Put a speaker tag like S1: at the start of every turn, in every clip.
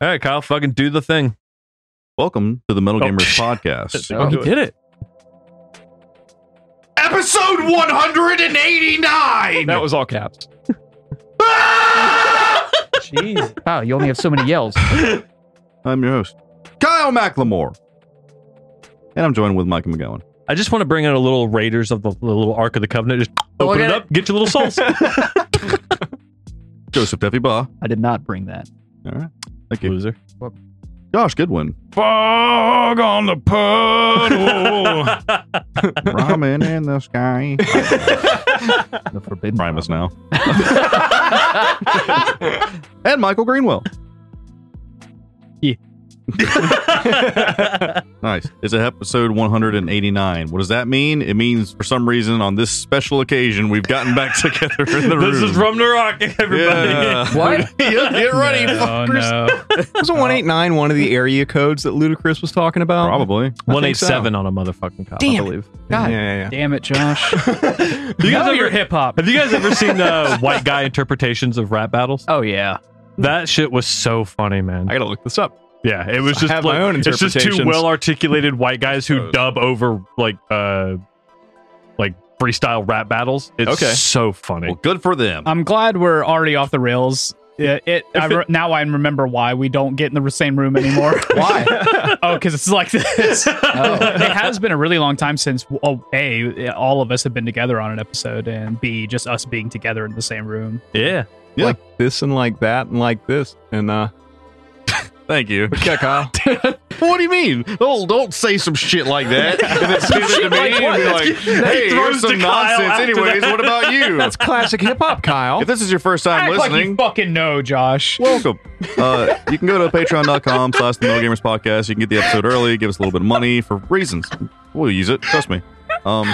S1: All right, Kyle, fucking do the thing.
S2: Welcome to the Metal
S1: Oh.
S2: Gamers podcast.
S3: Oh.
S1: Fucking do Oh,
S4: he
S1: it.
S4: did it.
S3: Episode 189!
S4: That was all caps.
S3: Ah!
S5: Jeez.
S4: Wow, you only have so many yells.
S2: I'm your host, Kyle McLemore. And I'm joined with Michael McGowan.
S1: I just want to bring in a little Raiders of the, the little Ark of the Covenant. Just
S5: Look
S1: open
S5: at
S1: it up, get your little souls.
S2: Joseph Duffy Ba.
S4: I did not bring that.
S2: All right. Thank you.
S1: Loser.
S2: Josh Goodwin.
S4: Fog on the puddle.
S2: Ramen in the sky.
S4: the forbidden.
S2: Rhyme us now. and Michael Greenwell.
S4: Yeah.
S2: nice. It's episode 189. What does that mean? It means for some reason on this special occasion we've gotten back together in the room.
S1: this is from the Rock, everybody.
S2: Yeah.
S5: What?
S2: Yeah, get ready, fuckers.
S3: was it 189 one of the area codes that Ludacris was talking about?
S2: Probably.
S1: One eight seven on a motherfucking cop, I
S3: Damn it.
S1: believe.
S3: God. Yeah, yeah,
S4: Damn it, Josh.
S3: yeah.
S1: You guys
S4: Know
S1: ever-
S4: your hip hop.
S1: Have you guys ever seen the white guy interpretations of rap battles?
S4: Oh yeah.
S1: That shit was so funny, man.
S3: I gotta look this up.
S1: yeah, it was
S3: I
S1: just
S3: have
S1: like,
S3: my own
S1: it's just two
S3: interpretations.
S1: well articulated white guys who dub over like uh like freestyle rap battles. It's
S3: Okay.
S1: so funny.
S2: Well, good for them.
S5: I'm glad we're already off the rails. It, it, I
S1: If it-
S5: re- now I remember why we don't get in the same room anymore.
S3: Why?
S5: oh, because it's like this. It has been a really long time since oh, a all of us have been together on an episode, and b just us being together in the same room.
S1: yeah.
S2: Yeah.
S3: Like this and like that and like this. And, uh,
S2: Thank you.
S3: what you got, Kyle?
S2: What do you mean? Don't don't say some shit like that. And then send it to me and be like, hey, here's
S1: throws
S2: some
S1: to Kyle
S2: nonsense.
S1: after
S2: Anyways, what about you?
S3: That's classic hip hop, Kyle.
S2: If this is your first time
S5: Act like you
S2: listening,
S5: fucking know, Josh.
S2: welcome. Uh, you can go to patreon.com slash the Metal Gamers Podcast. You can get the episode early, give us a little bit of money for reasons. We'll use it, trust me. Um,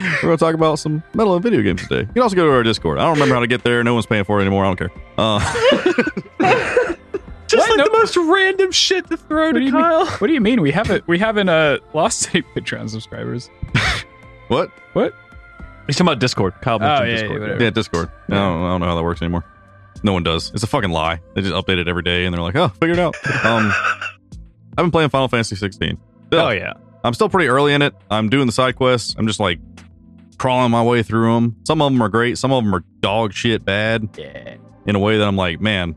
S2: we're going to talk about some metal and video games today. You can also go to our Discord. I don't remember how to get there. No one's paying for it anymore. I don't care. Uh,
S1: Just like the most random shit to throw
S5: do
S1: to
S5: you mean?
S1: Kyle.
S5: What do you mean we haven't we haven't uh, lost any Patreon subscribers?
S2: what?
S1: He's talking about Discord. Kyle mentioned
S5: Oh, yeah, yeah,
S1: Discord.
S5: whatever.
S2: Yeah, Discord. I, don't, I don't know how that works anymore. No one does. It's a fucking lie. They just update it every day, and they're like, "Oh, figure it out." Um, I've been playing Final Fantasy 16.
S3: Oh, yeah.
S2: I'm still pretty early in it. I'm doing the side quests. I'm just like crawling my way through them. Some of them are great. Some of them are dog shit bad
S5: Yeah.
S2: in a way that I'm like, man,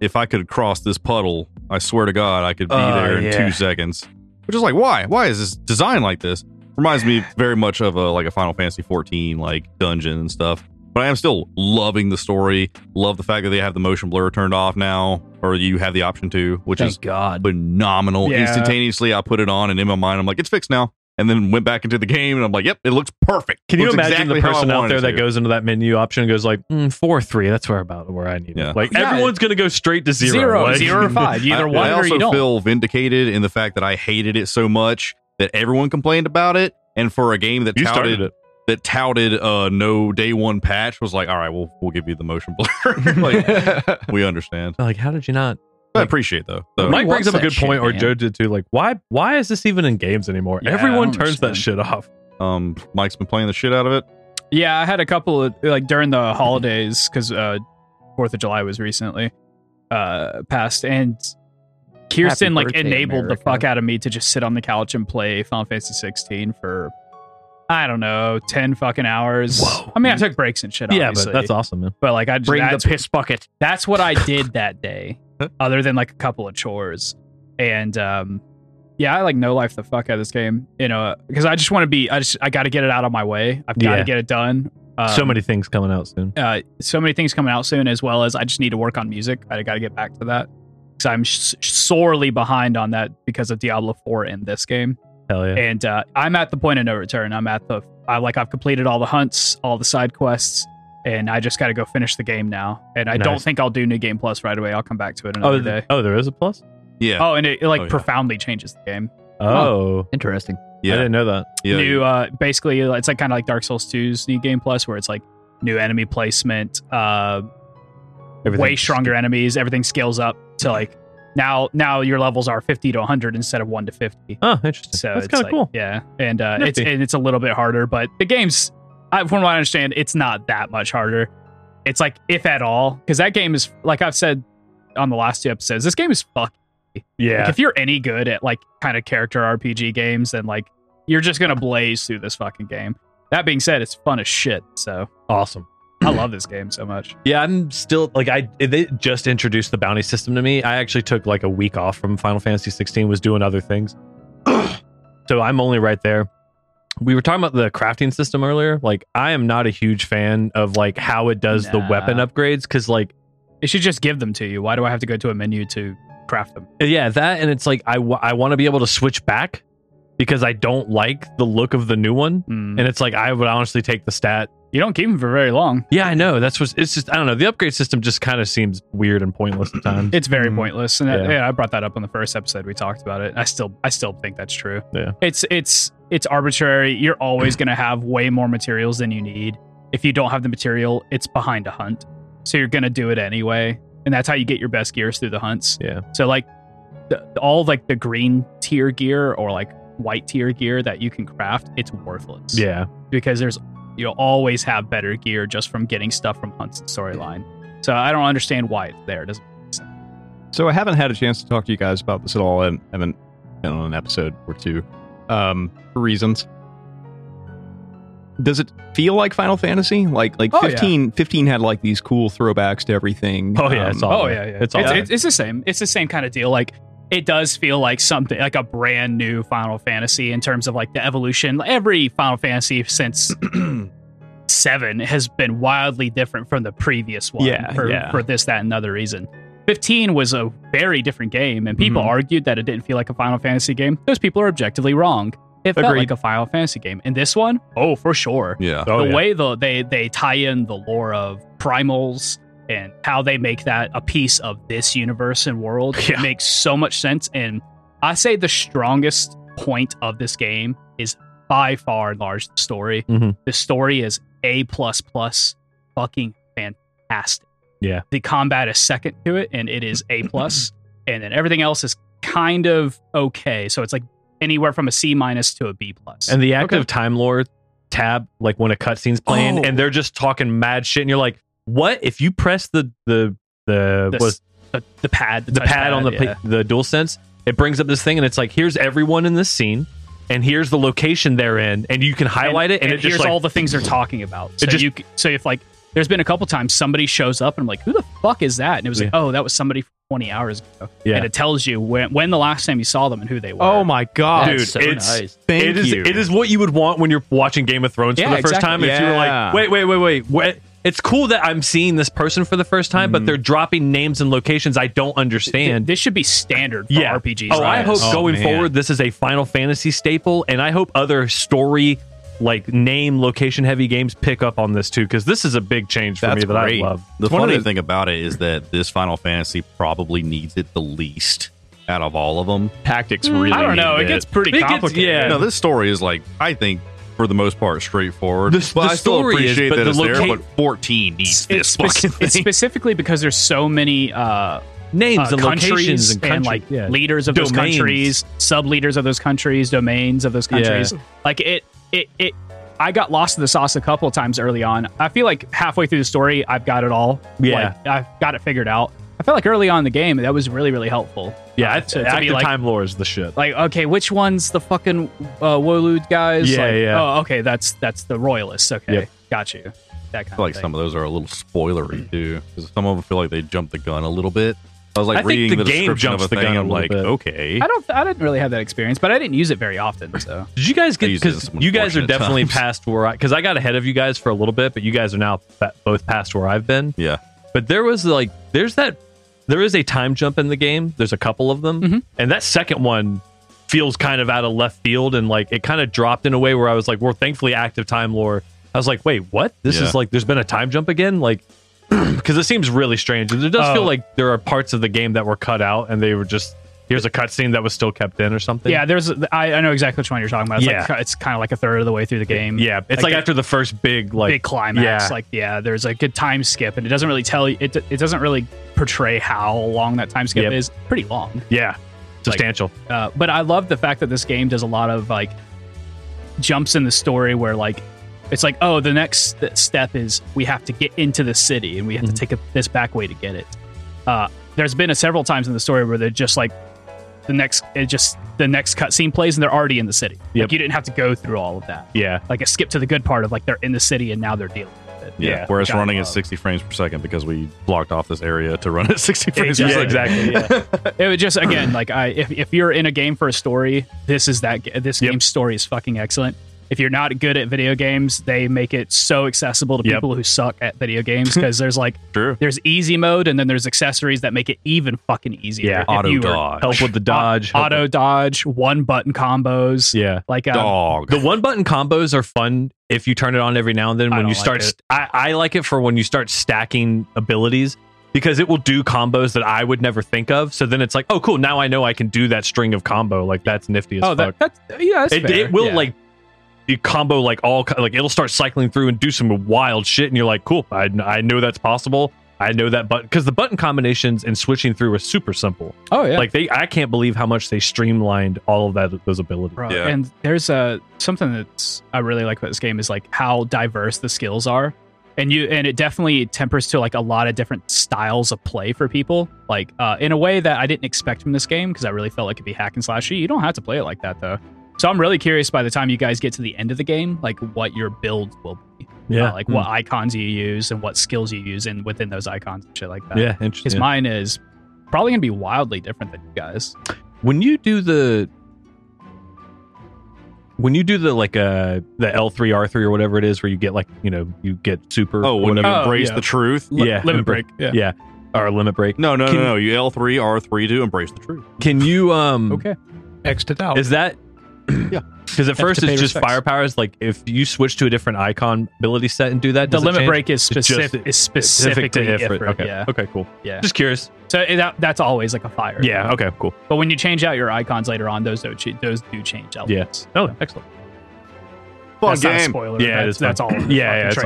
S2: if I could cross this puddle, I swear to God, I could be
S1: Oh,
S2: there in
S1: yeah.
S2: two seconds. Which is like, why? Why is this designed like this? Reminds me very much of a like a Final Fantasy 14 like dungeon and stuff. But I am still loving the story. Love the fact that they have the motion blur turned off now, or you have the option to, which is
S4: God.
S2: phenomenal.
S5: Yeah.
S2: Instantaneously, I put it on, and in my mind, I'm like, it's fixed now. And then went back into the game, and I'm like, yep, it looks perfect.
S1: Can you
S2: Looks
S1: imagine the
S2: exactly how I
S1: person out
S2: wanted
S1: there
S2: it
S1: that
S2: to.
S1: goes into that menu option and goes like mm, four three? That's where about where I need. it."
S2: Yeah.
S1: Like
S5: Yeah.
S1: everyone's gonna go straight to zero.
S5: Zero,
S1: Like-
S5: zero or five. You
S2: I-
S5: Either one
S2: I
S5: or
S2: also
S5: you don't.
S2: feel vindicated in the fact that I hated it so much that everyone complained about it, and for a game that
S1: You started
S2: touted
S1: it.
S2: that touted uh, no day one patch was like, all right, we'll we'll give you the motion blur. like, we understand.
S1: Like how did you not?
S2: I appreciate though. So,
S1: Mike brings
S4: wants
S1: up a
S4: that
S1: good
S4: shit,
S1: point, or
S4: man?
S1: Joe did too. Like why? Why is this even in games anymore?
S5: Yeah, I
S1: Everyone
S5: don't
S1: turns that
S5: understand.
S1: shit off.
S2: um, Mike's been playing the shit out of it.
S5: Yeah, I had a couple of like during the holidays because uh Fourth of July was recently uh passed, and Kirsten like
S4: birthday,
S5: enabled the
S4: America.
S5: fuck out of me to just sit on the couch and play Final Fantasy 16 for I don't know ten fucking hours.
S1: Whoa.
S5: I mean, I took breaks and shit. obviously,
S1: awesome, man.
S5: But like, I just, that's,
S4: piss bucket.
S5: that's what I did that day, other than like a couple of chores, and um. Yeah, I like no life the fuck out of this game, you know, because I just want to be. I just I got to get it out of my way. I've got to
S1: Yeah.
S5: get it done. Um,
S1: so many things coming out soon.
S5: uh, so many things coming out soon, as well as I just need to work on music. I got to get back to that because I'm s sorely behind on that because of Diablo 4 in this game.
S1: Hell yeah.
S5: And uh, I'm at the point of no return. I'm at the I like I've completed all the hunts, all the side quests, and I just got to go finish the game now. And I don't
S1: Nice.
S5: think I'll do New Game Plus right away. I'll come back to it another
S1: Oh,
S5: day.
S1: th- oh, there is a plus.
S2: Yeah,
S5: Oh, and it, it, like
S2: Oh, yeah.
S5: profoundly changes the game.
S1: Oh,
S4: Interesting.
S1: I
S2: yeah,
S1: didn't know that.
S2: yeah.
S5: new uh basically it's like kind of like Dark Souls 2's new game plus where it's like new enemy placement, uh
S1: Everything
S5: way stronger enemies. Everything scales up to like now. Now your levels are fifty to one hundred instead of one to fifty.
S1: Oh, interesting.
S5: So
S1: That's
S5: it's
S1: kind of
S5: like,
S1: cool.
S5: Yeah, and uh, it's
S1: Nifty.
S5: and it's a little bit harder, but the game's I, from what I understand, it's not that much harder. It's like if at all, because that game is like I've said on the last two episodes. This game is fucked. Like,
S1: Yeah.
S5: if you're any good at like kind of character RPG games, then like you're just gonna blaze through this fucking game. That being said, it's fun as shit. So
S1: Awesome.
S5: I love this game so much.
S1: Yeah, I'm still like I they just introduced the bounty system to me. I actually took like a week off from Final Fantasy 16 was doing other things. so I'm only right there. We were talking about the crafting system earlier. Like I am not a huge fan of like how it does the
S5: Nah.
S1: weapon upgrades cuz like
S5: It should just give them to you. Why do I have to go to a menu to craft them?
S1: yeah, that and it's like I wa- I want to be able to switch back because I don't like the look of the new one.
S5: Hmm.
S1: And it's like I would honestly take the stat
S5: You don't keep them for very long.
S1: Yeah, I know. That's what it's just. I don't know. The upgrade system just kind of seems weird and pointless at times.
S5: It's very
S3: Mm.
S5: pointless, and
S1: Mm-hmm. Yeah.
S5: I, yeah, I brought that up on the first episode. We talked about it. I still, I still think that's true.
S1: Yeah.
S5: it's it's it's arbitrary. You're always going to have way more materials than you need. If you don't have the material, it's behind a hunt, so you're going to do it anyway, and that's how you get your best gears through the hunts.
S1: Yeah.
S5: So like, the, all like the green tier gear or like white tier gear that you can craft, it's worthless.
S1: yeah,
S5: because there's you'll always have better gear just from getting stuff from hunts and storyline. So I don't understand why it's there. It doesn't
S3: So I haven't had a chance to talk to you guys about this at all, and haven't been on an episode or two um, for reasons. Does it feel like Final Fantasy? Like like
S5: Oh, yeah.
S3: 15, 15 had like these cool throwbacks to everything. Um,
S1: Oh, yeah, it's all-
S5: Oh
S1: there.
S5: yeah, yeah.
S1: It's all
S5: it's,
S1: there.
S5: it's- it's the same. It's the same kind of deal. Like it does feel like something like a brand new Final Fantasy in terms of like the evolution. Every Final Fantasy since seven has been wildly different from the previous one.
S3: Yeah,
S5: for,
S3: yeah.
S5: for this, that, and another reason. 15 was a very different game, and people
S3: Mhm.
S5: argued that it didn't feel like a Final Fantasy game. Those people are objectively wrong. It felt
S3: Agreed.
S5: like a Final Fantasy game. And this one, oh, for sure
S2: Yeah.
S1: Oh,
S5: the
S1: yeah.
S5: way the, they they tie in the lore of primals and how they make that a piece of this universe and world
S1: Yeah.
S5: makes so much sense and i say the strongest point of this game is by far and large the story
S1: Mhm.
S5: the story is a plus plus fucking fantastic
S1: Yeah.
S5: the combat is second to it and it is a plus and then everything else is kind of okay so it's like anywhere from a c minus to a b plus
S1: and the active time lord tab, like when a cutscene's playing
S5: Oh.
S1: and they're just talking mad shit, and you're like, "What?" If you press the the the
S5: The
S1: was
S5: the, the pad
S1: the pad on the
S5: yeah.
S1: pa- the dual sense, it brings up this thing, and it's like, "Here's everyone in this scene, and here's the location they're in," and you can highlight it, and, it
S5: here's
S1: just like,
S5: all the things they're talking about. So
S1: just-
S5: you c- so if like there's been a couple times somebody shows up and I'm like, who the fuck is that? And it was like, oh, that was somebody from 20 hours ago.
S1: Yeah.
S5: And it tells you when when the last time you saw them and who they were.
S3: Oh my god,
S1: Dude,
S3: dude!
S4: so
S1: it's-
S4: nice.
S3: Thank
S1: it is
S3: you.
S1: it is what you would want when you're watching Game of Thrones
S5: Yeah,
S1: for the first
S5: exactly.
S1: time. If you were like,
S3: Yeah.
S1: wait, wait, wait, wait, wait. It's cool that I'm seeing this person for the first time, but they're dropping names and locations I don't
S5: Th-
S1: understand.
S5: this should be standard for
S1: yeah.
S5: RPGs.
S1: oh, I
S5: like
S1: hope
S5: this.
S3: Oh,
S1: going
S3: man.
S1: forward this is a Final Fantasy staple, and I hope other story like name location heavy games pick up on this too because this is a big change for
S3: That's
S1: me that
S3: great.
S1: I love.
S2: The
S3: It's one of
S2: funny
S3: the-
S2: thing about it is that this Final Fantasy probably needs it the least out of all of them.
S3: tactics. Really,
S5: I don't know. It
S3: needed
S5: gets pretty
S1: It gets-
S5: complicated.
S1: yeah.
S2: No, this story is like I think for the most part straightforward.
S1: The-
S2: but
S1: the
S2: I still
S1: story is,
S2: appreciate
S1: but
S2: that
S1: the
S2: it's
S1: locate-
S2: there. But fourteen needs this
S5: It's,
S2: fucking
S5: spec- it's
S2: thing.
S5: specifically because there's so many uh,
S1: Names
S5: uh,
S1: and locations
S5: countries
S1: and
S5: and,
S1: countries.
S5: like
S1: yeah.
S5: leaders of those
S1: Domains.
S5: countries, sub leaders of those countries, domains of those countries. Like it, it, it. I got lost in the sauce a couple of times early on. I feel like halfway through the story, I've got it all.
S1: Yeah.
S5: like, I've got it figured out. I felt like early on in the game, that was really, really helpful.
S1: yeah,
S5: Uh,
S1: I-
S5: to, to be
S1: active
S5: like,
S1: time lore is the shit.
S5: like, okay, which one's the fucking uh, Wolude guys?
S1: Yeah,
S5: Like,
S1: yeah.
S5: Oh, okay, that's that's the royalists. Okay,
S1: Yep.
S5: got you. That kind
S2: I feel like
S5: of thing.
S2: some of those are a little spoilery too, because some of them feel like they jumped the gun a little bit. I was like
S1: I think
S2: reading
S1: the
S2: the,
S1: game
S2: description
S1: jumps
S2: of
S1: the
S2: a thing.
S1: gun a
S2: I'm
S1: little
S2: like,
S1: bit.
S2: okay,
S5: I don't. I didn't really have that experience, but I didn't use it very often. So
S1: Did you guys
S2: I
S1: get
S2: used it at
S1: because
S2: some
S1: you guys are
S2: unfortunate
S1: definitely
S2: times.
S1: past where I because I got ahead of you guys for a little bit, but you guys are now fa- both past where I've been.
S2: Yeah.
S1: but there was like there's that there is a time jump in the game. There's a couple of them,
S5: Mhm.
S1: and that second one feels kind of out of left field and like it kind of dropped in a way where I was like, "Well, thankfully, active time lore." I was like, "Wait, what? This
S2: Yeah.
S1: is like there's been a time jump again?" Like. Because it seems really strange, and it does
S5: Oh.
S1: feel like there are parts of the game that were cut out, and they were just here's a cutscene that was still kept in or something.
S5: Yeah, there's. I, I know exactly which one you're talking about. It's
S1: Yeah.
S5: like it's kind of like a third of the way through the game.
S1: yeah, it's like,
S5: Like,
S1: after the first big like
S5: big climax.
S1: yeah.
S5: Like yeah, there's like a good time skip, and it doesn't really tell you. It, it doesn't really portray how long that time skip
S1: Yep.
S5: is. Pretty long.
S1: Yeah. Substantial.
S5: Uh, but I love the fact that this game does a lot of like jumps in the story where like It's like, oh, the next st- step is we have to get into the city and we have
S1: Mhm.
S5: to take a, this back way to get it. Uh, there's been a several times in the story where they're just like the next it just the next cutscene plays and they're already in the city.
S1: Yep.
S5: Like you didn't have to go through all of that.
S1: Yeah.
S5: Like a skip to the good part of like they're in the city and now they're dealing with it.
S2: Yeah.
S1: Yeah.
S2: Whereas
S5: Gotta
S2: running
S5: love.
S2: at 60 frames per second because we blocked off this area to run at 60 frames
S1: Yeah,
S2: per second.
S1: exactly. Yeah.
S5: It would just again like I if, if you're in a game for a story, this is that ga- this
S1: Yep.
S5: game's story is fucking excellent. If you're not good at video games, they make it so accessible to
S1: Yep.
S5: people who suck at video games because there's like
S2: True.
S5: there's easy mode and then there's accessories that make it even fucking easier.
S1: Yeah,
S5: If
S2: Auto
S5: you are-
S2: dodge.
S1: Help with the dodge. help
S5: auto
S1: with-
S5: dodge, one button combos,
S1: Yeah.
S5: like uh,
S2: Dog.
S1: The one button combos are fun if you turn it on every now and then
S5: I
S1: when
S5: don't
S1: you start.
S5: like it.
S1: st- I, I like it for when you start stacking abilities because it will do combos that I would never think of. So then it's like, oh, cool. Now I know I can do that string of combo. Like that's nifty as
S5: oh,
S1: fuck.
S5: that, that's yeah, that's
S1: it,
S5: fair.
S1: it will
S5: Yeah.
S1: like you combo like all ki- like it'll start cycling through and do some wild shit, and you're like, cool. I I know that's possible. I know that button because the button combinations and switching through are super simple.
S5: oh yeah,
S1: Like they, I can't believe how much they streamlined all of that those abilities.
S5: Bro,
S2: Yeah.
S5: And there's uh, something that's I really like about this game is like how diverse the skills are, and you and it definitely tempers to like a lot of different styles of play for people, like uh, in a way that I didn't expect from this game because I really felt like it'd be hack and slashy. You don't have to play it like that though. So I'm really curious by the time you guys get to the end of the game, like what your build will be,
S1: Yeah, hmm.
S5: Uh, like what icons you use and what skills you use in within those icons and shit like that.
S1: Yeah,
S5: because
S1: interesting.
S5: mine is probably gonna be wildly different than you guys.
S1: when you do the when you do the like uh the L three R three or whatever it is where you get like you know you get super or
S2: Oh, when you
S1: whatever
S5: Oh,
S2: embrace
S5: yeah.
S2: the truth.
S1: Li- Yeah.
S5: limit break. Yeah.
S1: or limit break
S2: No, no,
S1: Can-
S2: no, no. You L3, R3 to embrace the truth.
S1: can you um
S5: Mm-hmm. Okay.
S3: X to out.
S1: is that
S2: Yeah.
S1: because at first
S5: to pay
S1: it's just
S5: respects.
S1: firepower is like if you switch to a different icon ability set and do that
S5: the
S1: does it
S5: limit
S1: change?
S5: break is
S1: It's just-
S5: specific is
S1: specific to
S5: specifically
S1: Ifrit.
S5: Ifrit,
S1: okay
S5: yeah
S1: okay cool
S5: yeah
S1: just curious
S5: so it, that, that's always like a fire
S1: yeah okay cool
S5: but when you change out your icons later on those do change those do change out
S1: Yeah. oh excellent
S2: Fun
S5: that's not a
S2: game.
S5: spoiler
S1: Yeah, it
S5: that's,
S1: is fun.
S5: that's all in the
S1: Yeah, yeah,
S5: fucking
S1: it's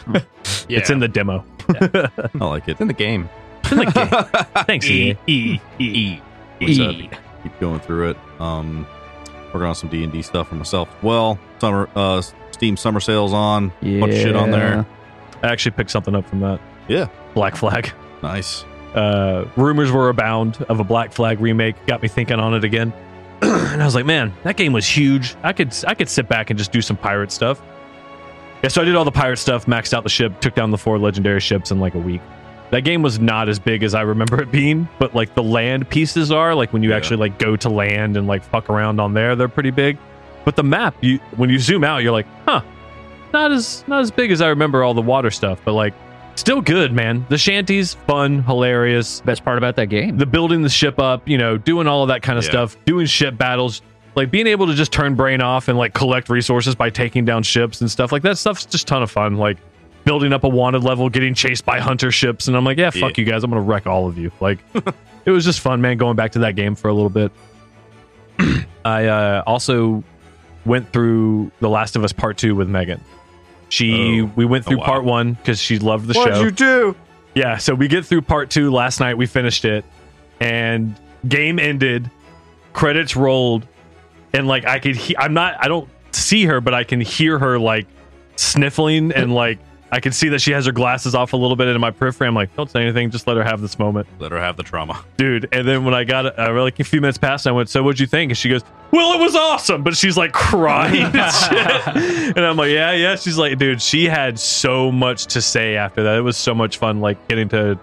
S1: all
S5: trailers
S1: yeah. it's in the demo
S2: I like it.
S3: in the game.
S1: thanks
S5: e,
S1: EA.
S5: e, e, e,
S2: What's up? keep going through it. Um, working on some D and D stuff for myself. as Well, summer uh, Steam summer sales on.
S4: Yeah.
S2: Bunch of shit on there.
S1: I actually picked something up from that
S2: Yeah.
S1: Black Flag
S2: Nice.
S1: uh, rumors were abound of a Black Flag remake. Got me thinking on it again, and I was like, man, that game was huge. I could I could sit back and just do some pirate stuff. Yeah, so I did all the pirate stuff, maxed out the ship, took down the four legendary ships in like a week. That game was not as big as I remember it being, but like the land pieces are like when you
S2: Yeah.
S1: actually like go to land and like fuck around on there, they're pretty big. But the map, you when you zoom out, you're like, huh, not as not as big as I remember all the water stuff, but like still good, man. The shanties, fun, hilarious.
S4: Best part about that game.
S1: The building the ship up, you know, doing all of that kind of
S2: Yeah.
S1: stuff, doing ship battles, like being able to just turn brain off and like collect resources by taking down ships and stuff. Like that stuff's just ton of fun. Like building up a wanted level, getting chased by hunter ships, and I'm like, yeah, fuck you guys, I'm gonna wreck all of you. Like it was just fun, man, going back to that game for a little bit. I uh, also went through The Last of Us Part Two with Megan. She
S2: Oh.
S1: we went
S2: Oh,
S1: through
S2: wow.
S1: part one because she loved the show.
S2: do?
S1: Yeah, so we get through part two last night. We finished it, and game ended, credits rolled, and like I could, he- I'm not, I don't see her, but I can hear her like sniffling and like I can see that she has her glasses off a little bit. And in my periphery, I'm like, don't say anything, just let her have this moment,
S2: Let her have the trauma.
S1: dude. And then when I got uh, like a few minutes past, I went, so what'd you think? And she goes, well, it was awesome, but she's like crying and shit. And I'm like, yeah, yeah. She's like, dude, she had so much to say after that. It was so much fun, like getting to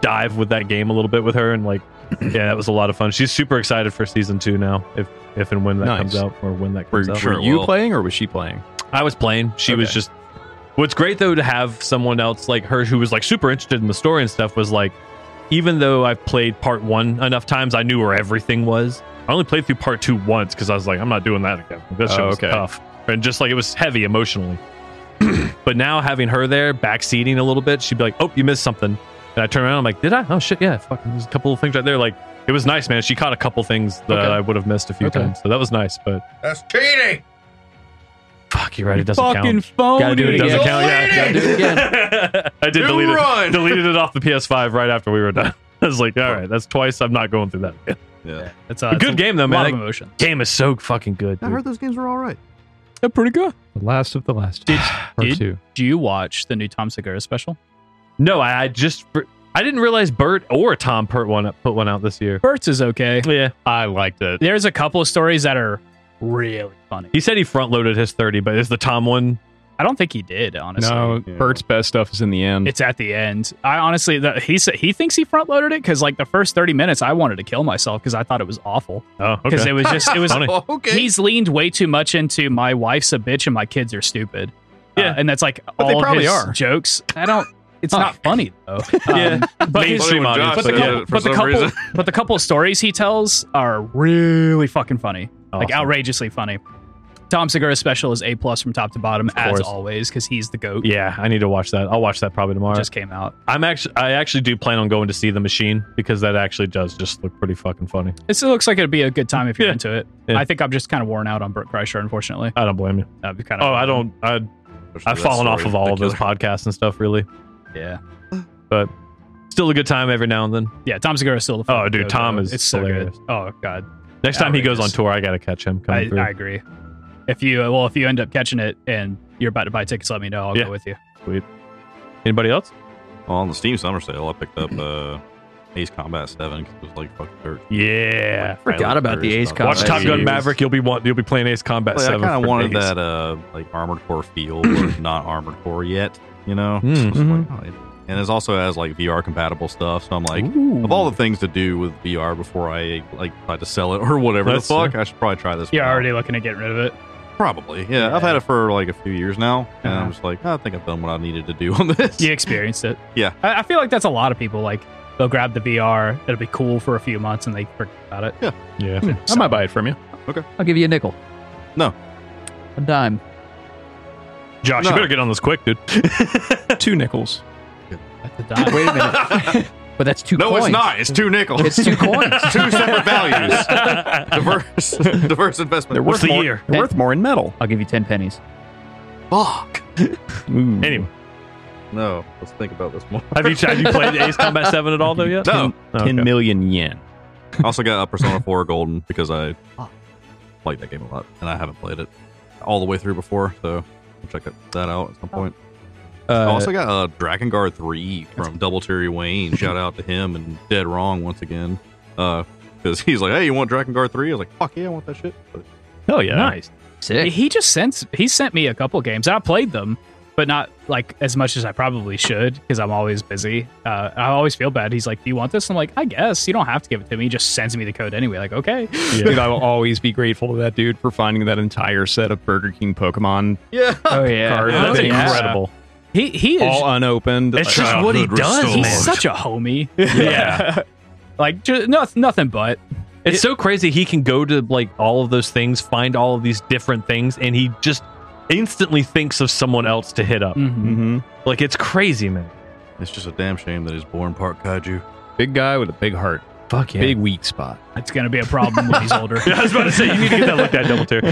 S1: dive with that game a little bit with her, and like, yeah, that was a lot of fun. She's super excited for season two now, if if and when that
S3: Nice.
S1: comes out or when that comes
S2: For
S1: out.
S2: sure.
S3: Were you
S2: well-
S3: playing or was she playing?
S1: I was playing. She was
S3: Okay.
S1: just. What's great though to have someone else like her who was like super interested in the story and stuff was like, even though I've played part one enough times, I knew where everything was. I only played through part two once because I was like, I'm not doing that again. That shit
S3: Oh,
S1: was
S3: okay.
S1: tough and just like it was heavy emotionally. but now having her there backseating a little bit, she'd be like, "Oh, you missed something," and I turn around, I'm like, "Did I? Oh shit, yeah, fucking, there's a couple of things right there." Like it was nice, man. She caught a couple things that
S3: Okay.
S1: I would have missed a few
S3: Okay.
S1: times, so that was nice. But
S6: That's cheating.
S1: fuck, you're right, it doesn't count.
S5: fucking phone
S4: Gotta do it
S1: It
S4: again.
S1: doesn't
S6: Delete
S1: count. Yeah,
S6: it!
S1: yeah.
S4: Do it
S1: I did
S2: You
S1: delete it.
S2: run!
S1: Deleted it off the PS5 right after we were done. I was like, all right, that's twice. I'm not going through that. again.
S2: Yeah.
S5: it's uh,
S1: Good
S5: it's
S1: game
S5: a
S1: though,
S5: lot of
S1: man. That
S5: emotion
S1: game is so fucking good. dude.
S2: those games were all right.
S5: pretty good
S3: The last of the last.
S5: Did-
S3: Part
S5: did-
S3: two.
S5: Do you watch the new Tom Segura special?
S1: No, I, I just I didn't realize Bert or Tom put one put one out this year.
S5: Burt's is okay.
S1: Yeah,
S3: I liked it.
S5: There's a couple of stories that are really funny.
S1: he said he front loaded his thirty, but is the Tom one?
S5: I don't think he did, honestly.
S3: No,
S2: yeah.
S3: Bert's best stuff is in the end.
S5: It's at the end. I honestly, the, he said he thinks he front loaded it because like the first thirty minutes, I wanted to kill myself because I thought it was awful.
S1: Oh,
S5: Because
S1: okay.
S5: it was just, it was.
S1: Funny.
S2: okay.
S5: He's leaned way too much into my wife's a bitch and my kids are stupid. Uh,
S1: Yeah.
S5: and that's like
S3: But
S5: all
S3: they
S5: of
S3: probably
S5: his
S3: are.
S5: jokes. I don't. It's not funny though.
S1: Yeah.
S5: but his,
S1: mainstream
S2: Josh
S1: audience,
S5: but the
S2: said
S1: Um, yeah.
S5: couple,
S2: it for
S5: but the
S2: some
S5: couple,
S2: reason.
S5: but the couple of stories he tells are really fucking funny, like
S1: Awesome.
S5: outrageously funny. Tom Segura's special is a plus from top to bottom as
S1: course.
S5: always because he's the goat.
S1: Yeah, I need to watch that. I'll watch that probably tomorrow.
S5: Just came out.
S1: I'm actually I actually do plan on going to see the machine because that actually does just look pretty fucking funny.
S5: It still looks like it'd be a good time if you're
S1: Yeah.
S5: into it.
S1: Yeah.
S5: I think I'm just kind of worn out on Burt Kreischer, unfortunately.
S1: I don't blame you.
S5: That'd be kind of.
S1: Oh, I don't. I, I've fallen off of all of those podcasts and stuff, really.
S5: Yeah,
S1: But still a good time every now and then.
S5: yeah. Tom Segura's still the.
S1: Oh,
S5: fucking
S1: dude,
S5: goat,
S1: Tom
S5: though.
S1: is
S5: It's so
S1: hilarious.
S5: good. Oh god,
S1: Next time he goes on
S5: Outrageous.
S1: tour, I gotta catch him coming
S5: I,
S1: through.
S5: I agree. If you uh, well, if you end up catching it and you're about to buy tickets, let me know. I'll
S1: Yeah.
S5: go with you.
S1: Anybody else?
S2: on the Steam Summer Sale, I picked up uh, Ace Combat Seven because it was like fucking dirt.
S1: Yeah.
S6: Forgot about the Ace
S1: Watch
S6: Combat
S1: Top Gun
S6: series.
S1: Maverick. You'll be want, you'll be playing Ace Combat
S2: Like, I
S1: Seven.
S2: kind of
S1: for
S2: wanted
S1: days.
S2: that uh, like armored core feel, but not armored core yet. You know,
S6: Hmm,
S1: Mm.
S2: So it's
S6: mm-hmm.
S3: Mhm.
S2: like, oh, it- and it also has like VR compatible stuff. So I'm like,
S5: Ooh.
S2: of all the things to do with VR before I like try to sell it or whatever
S1: That's-
S2: the fuck, I should probably try this.
S5: You're
S2: one out.
S5: already looking to get rid of it.
S2: probably yeah, I've had it for like a few years now, and I'm just like, I think I've done what I needed to do on this.
S5: You experienced it.
S2: Yeah.
S5: I, I feel like that's a lot of people. Like they'll grab the VR, it'll be cool for a few months, and they forget about it.
S1: Yeah.
S3: I might buy it from you.
S6: I'll give you a nickel.
S2: No.
S6: A dime.
S1: Josh, you
S2: No.
S1: better get on this quick, dude.
S3: Two nickels.
S5: At the time.
S6: Wait a minute. but that's two
S2: no,
S6: coins.
S2: it's not. It's two nickels.
S6: It's two coins.
S2: two separate values. diverse, diverse investment.
S3: They're
S1: What's
S3: worth
S1: the
S3: more,
S1: year?
S3: They're worth more in metal.
S6: I'll give you ten pennies.
S2: Fuck.
S1: Anyway,
S2: No, let's think about this more.
S1: have you have you played Ace Combat Seven at all though yet?
S2: No.
S1: Oh, okay.
S3: Ten million yen.
S2: I also got a Persona 4 Golden because I like that game a lot, and I haven't played it all the way through before, so I'll check that- that out at some point. I also got uh, Dragon Guard 3 from Double Terry Wayne. Shout out to him and Dead Wrong once again. Because he's like, hey, you want Dragon Guard 3? I was like, fuck yeah, I want that shit. But
S3: Hell yeah.
S1: Nice.
S6: Sick.
S5: He just sent he sent me a couple games. I played them, but not like as much as I probably should because I'm always busy. Uh, I always feel bad. He's like, "Do you want this?" I'm like, "I guess you don't have to give it to me." He just sends me the code anyway. Like, okay,
S3: Dude, I will always be grateful to that dude for finding that entire set of Burger King Pokemon
S2: yeah.
S6: oh yeah.
S3: cards.
S1: That's
S5: Oh, yeah.
S1: incredible.
S5: he he is
S3: All unopened.
S1: It's
S3: Like,
S1: just
S3: uh,
S1: what he does,
S5: he's such a homie. Yeah, like just, no, nothing but
S1: It's so crazy. He can go to like all of those things, find all of these different things, and he just instantly thinks of someone else to hit up.
S5: mm-hmm,
S3: mhm.
S1: Like it's crazy, man.
S2: It's just a damn shame that he's born part kaiju.
S3: Big guy with a big heart.
S1: Fuck yeah.
S3: Big weak spot.
S5: it's gonna be a problem when he's older.
S1: I was about to say you need to get that looked at double tier.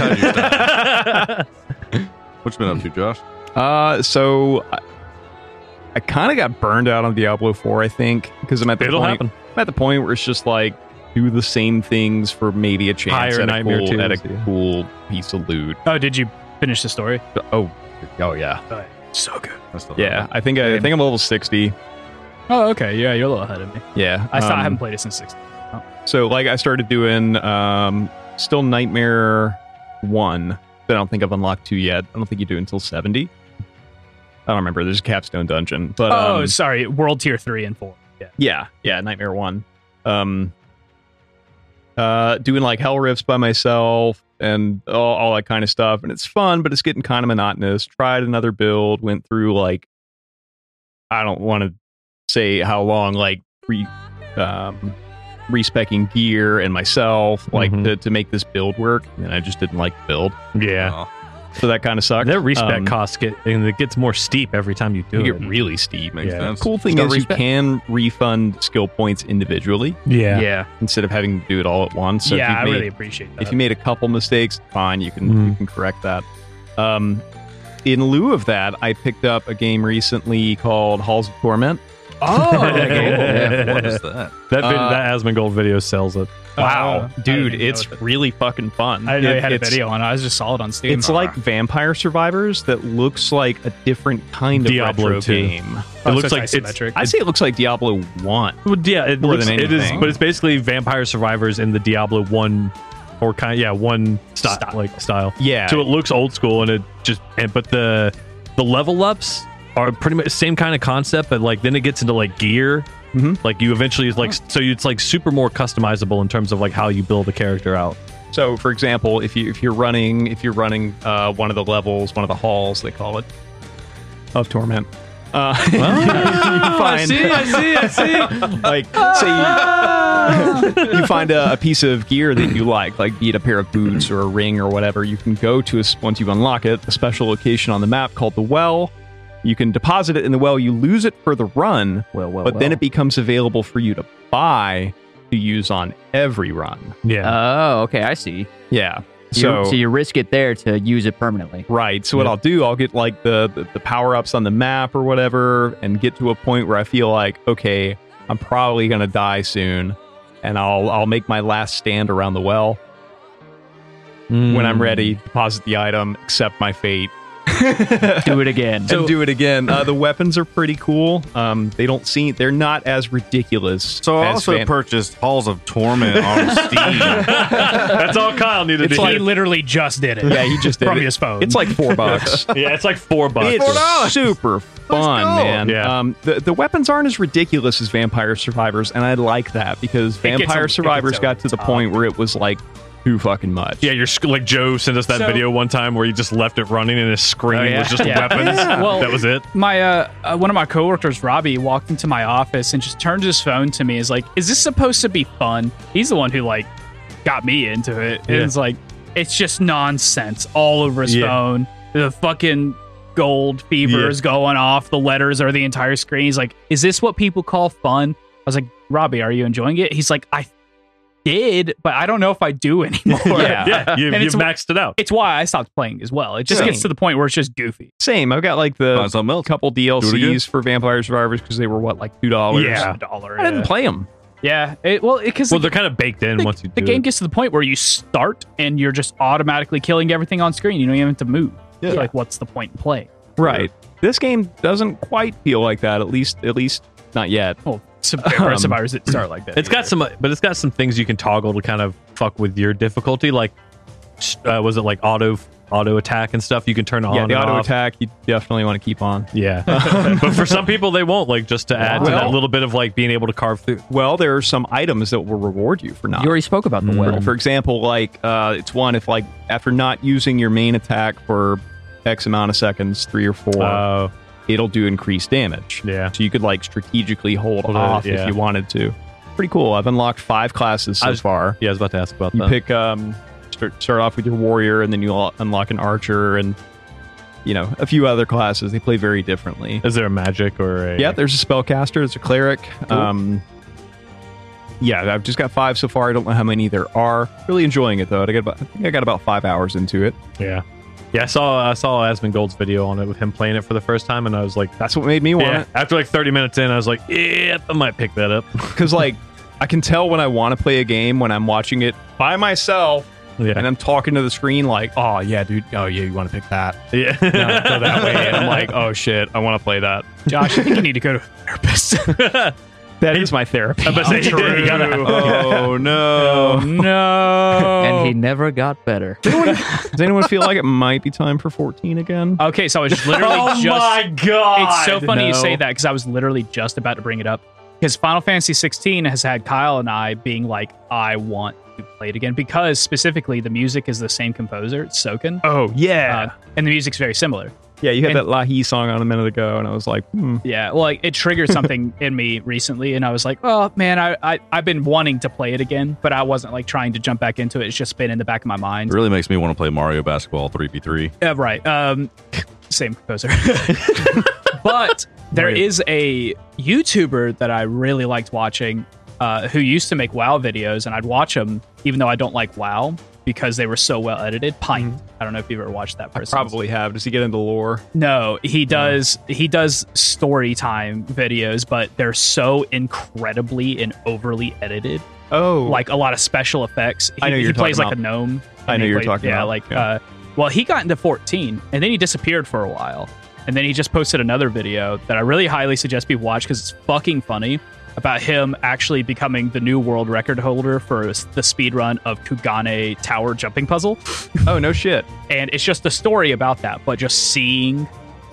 S2: What you been up to, Josh?
S3: Uh, so I, I kind of got burned out on Diablo 4, I think, because I'm at the
S1: It'll
S3: point,
S1: happen.
S3: I'm at the point where it's just like do the same things for maybe a chance
S1: Higher
S3: at a,
S1: Nightmare
S3: cool, at a
S1: twos, yeah.
S3: cool piece of loot.
S5: Oh, did you finish the story?
S3: Oh, oh yeah,
S5: So good.
S2: That's not-
S3: yeah. I think I, I think I'm level 60.
S5: Oh, okay. Yeah, you're a little ahead of me.
S3: Yeah,
S5: I, still, I
S3: um,
S5: haven't played it since six.
S3: So like I started doing um still Nightmare 1 that I don't think I've unlocked 2 yet. I don't think you do until 70. I don't remember. There's a capstone dungeon. But
S5: oh,
S3: um,
S5: sorry. World tier three and four. Yeah.
S3: yeah, yeah, Nightmare 1. Um uh doing like hell riffs by myself and all, all that kind of stuff and it's fun but it's getting kind of monotonous tried another build went through like i don't want to say how long like re um respecking gear and myself like
S1: Mhm.
S3: to, to make this build work and i just didn't like the build
S1: yeah.
S2: Oh,
S3: so that kind of sucked
S1: Their respect
S3: Um,
S1: costs get and it gets more steep every time you do
S3: you
S1: it.
S3: get really steep
S2: makes
S1: Yeah.
S2: sense.
S3: cool thing
S6: Start
S3: is
S6: respec-
S3: you can refund skill points individually
S1: yeah.
S3: instead of having to do it all at once so if
S5: yeah,
S3: you've
S5: I
S3: made-
S5: really appreciate that.
S3: if you made a couple mistakes, fine, you can
S1: Mm.
S3: you can correct that. Um, in lieu of that, I picked up a game recently called Halls of Torment. Oh,
S1: okay.
S2: what is that?
S1: That vid-
S3: Uh,
S1: that Asmongold video sells it.
S5: Uh, Wow.
S3: dude, it's really fucking fun.
S5: I didn't know
S3: It-
S5: you had a
S3: it's-
S5: video on it. I was just saw it on Steam. Oh,
S3: It's like Vampire Survivors that looks like a different kind of
S1: Diablo
S3: retro
S1: 2.
S5: Oh,
S3: game.
S1: It looks like it's,
S5: isometric.
S3: I say it looks like Diablo One.
S1: well, yeah, it,
S3: More
S1: looks-
S3: than
S1: it is,
S3: anything.
S1: but it's basically Vampire Survivors in the Diablo one or kind, yeah, one style, like style.
S3: Yeah,
S1: So it looks old school, and it just, and, but the the level ups are pretty much same kind of concept, but like then it gets into like gear.
S5: Mm-hmm.
S3: Mhm.
S1: Like you eventually like so it's like super more customizable in terms of like how you build a character out.
S3: So, for example, if you if you're running if you're running uh, one of the levels, one of the halls, they call it of torment. Uh, you find,
S1: see, I see.
S3: like say you, you find a, a piece of gear that you like, like be it a pair of boots or a ring or whatever. You can go to a s once you unlock it, a special location on the map called the well. You can deposit it in the well. You lose it for the run,
S6: Well, well,
S3: but then
S6: well.
S3: it becomes available for you to buy to use on every run.
S1: Yeah.
S6: Oh, okay, I see.
S3: Yeah.
S6: You- so you risk it there to use it permanently.
S3: Right. So what I'll do, I'll get like the the, the power ups on the map or whatever, and get to a point where I feel like, okay, I'm probably gonna die soon, and I'll I'll make my last stand around the well when I'm ready. Deposit the item, accept my fate,
S6: Do it again.
S3: and do it again. Uh, the weapons are pretty cool. Um, they don't seem they're not as ridiculous.
S2: So I
S3: as
S2: also
S3: Van-
S2: purchased Halls of Torment on Steam.
S1: That's all Kyle needed
S3: It's
S1: to
S5: he
S1: hear.
S5: literally just did it.
S3: yeah, he just did
S5: from
S3: it.
S5: his phone.
S3: It's like four bucks.
S1: yeah, it's like four bucks.
S3: It's super fun,
S2: go.
S3: man.
S1: Yeah.
S3: Um, the, the weapons aren't as ridiculous as Vampire Survivors, and I like that because
S5: gets a- it
S3: Vampire
S5: gets
S3: Survivors
S5: over
S3: got to
S5: the
S3: the
S5: top.
S3: point where it was like too fucking much.
S1: yeah, you're sc- like Joe sent us that
S5: So-
S1: video one time where he just left it running and his screaming
S5: Oh, yeah.
S1: was just
S5: Yeah.
S1: weapons.
S5: Yeah. Well-
S1: that was it.
S5: my uh, uh one of my coworkers robbie walked into my office and just turned his phone to me is like is this supposed to be fun he's the one who like got me into it and
S1: Yeah.
S5: it's like it's just nonsense all over his
S1: Yeah.
S5: phone the fucking gold fever
S1: Yeah.
S5: is going off the letters are the entire screen he's like is this what people call fun i was like robbie are you enjoying it he's like i did but i don't know if i do anymore
S3: Yeah.
S1: Yeah, you,
S5: And
S1: you've
S5: it's-
S1: maxed it out.
S5: it's why i stopped playing as well it just
S3: Yeah.
S5: gets to the point where it's just goofy
S3: Same. I've got like the
S2: Find something else.
S3: couple
S2: again.
S3: DLCs for Vampire Survivors because they were what like two dollars.
S1: Yeah.
S5: dollar
S3: I didn't
S5: yeah.
S3: play them.
S5: Yeah, it, well, because
S1: Well, they're kind of baked in
S5: the,
S1: once you
S5: the
S1: do
S5: game
S1: it.
S5: gets to the point where you start and you're just automatically killing everything on screen. You don't even have to move.
S2: Yeah.
S5: So, like, what's the point in playing?
S3: Right. This game doesn't quite feel like that. At least, at least not yet.
S5: Well, Vampire Survivors didn't start like that.
S1: Um, It's got some, uh, but it's got some things you can toggle to kind of fuck with your difficulty. Like, s- uh, was it like auto auto attack and stuff? You can turn on
S3: yeah, the
S1: and
S3: auto
S1: off.
S3: attack you definitely want to keep on.
S1: Yeah, but for some people they won't like just to add to that
S3: Well-
S1: little bit of like being able to carve through.
S3: Well, there are some items that will reward you for not.
S6: You already spoke about the well.
S3: For example, like uh, it's one if like after not using your main attack for X amount of seconds, three or four,
S1: Oh,
S3: it'll do increased damage.
S1: yeah.
S3: So you could like strategically hold
S1: Hold it,
S3: off
S1: yeah.
S3: if you wanted to. Pretty cool. I've unlocked five classes so
S1: I was-
S3: far.
S1: Yeah, I was about to ask about
S3: You
S1: that.
S3: pick um start, start off with your warrior, and then you all unlock an archer, and you know a few other classes. They play very differently.
S1: Is there a magic or a?
S3: Yeah, there's a spellcaster. There's a cleric. Um, yeah, I've just got five so far. I don't know how many there are. Really enjoying it though. I got about, I think I got about five hours into it.
S1: yeah, yeah. I saw I saw Asmongold's video on it with him playing it for the first time, and I was like,
S3: That's what made me want
S1: yeah. After like 30 minutes in, I was like, yeah, I might pick that up.
S3: it because like I can tell when I want to play a game when I'm watching it by myself and
S1: yeah,
S3: I'm talking to the screen like, oh yeah, dude, oh yeah, you want to pick that?
S1: yeah.
S3: No, go that way. And I'm like, oh shit, I want to play that.
S5: Josh, I think you need to go to a therapist.
S3: That is my therapy.
S1: I'm about to say, you gotta-
S2: oh no!
S5: no.
S6: and he never got better.
S3: Does anyone feel like it might be time for 14 again?
S5: okay, so I was literally just.
S1: Oh god!
S5: It's so funny you
S1: No.
S5: say that because I was literally just about to bring it up because Final Fantasy 16 has had Kyle and I being like, I want to play it again because specifically the music is the same composer, it's Soken,
S3: Oh yeah,
S5: uh, and the music's very similar.
S3: yeah. You had
S5: and-
S3: that Lahi song on a minute ago, and I was like, hmm.
S5: Yeah, well, like, it triggered something in me recently, and I was like, "Oh man, I, I I've been wanting to play it again, but I wasn't like trying to jump back into it. It's just been in the back of my
S2: It
S5: mind."
S2: really makes me want to play Mario Basketball 3v3.
S5: Uh, right. Um, same composer, but there
S1: Right.
S5: is a YouTuber that I really liked watching, uh, who used to make WoW videos, and I'd watch them even though I don't like WoW. because they were so well edited. Pint. I don't know if you've ever watched that person.
S3: Probably have. Does he get into lore?
S5: No, he does. He does story time videos, but they're so incredibly and overly edited.
S3: Oh,
S5: Like a lot of special effects. He,
S3: I know
S5: he
S3: you're
S5: plays
S3: talking
S5: like a gnome.
S3: I
S5: and
S3: know
S5: he
S3: you're
S5: played-
S3: talking
S5: yeah,
S3: about.
S5: Like,
S3: yeah.
S5: Uh, well, he got into 14, and then he disappeared for a while, and then he just posted another video that I really highly suggest people watch because it's fucking funny about him actually becoming the new world record holder for the speed run of Kugane Tower jumping puzzle
S3: oh no shit.
S5: and it's just a story about that but just seeing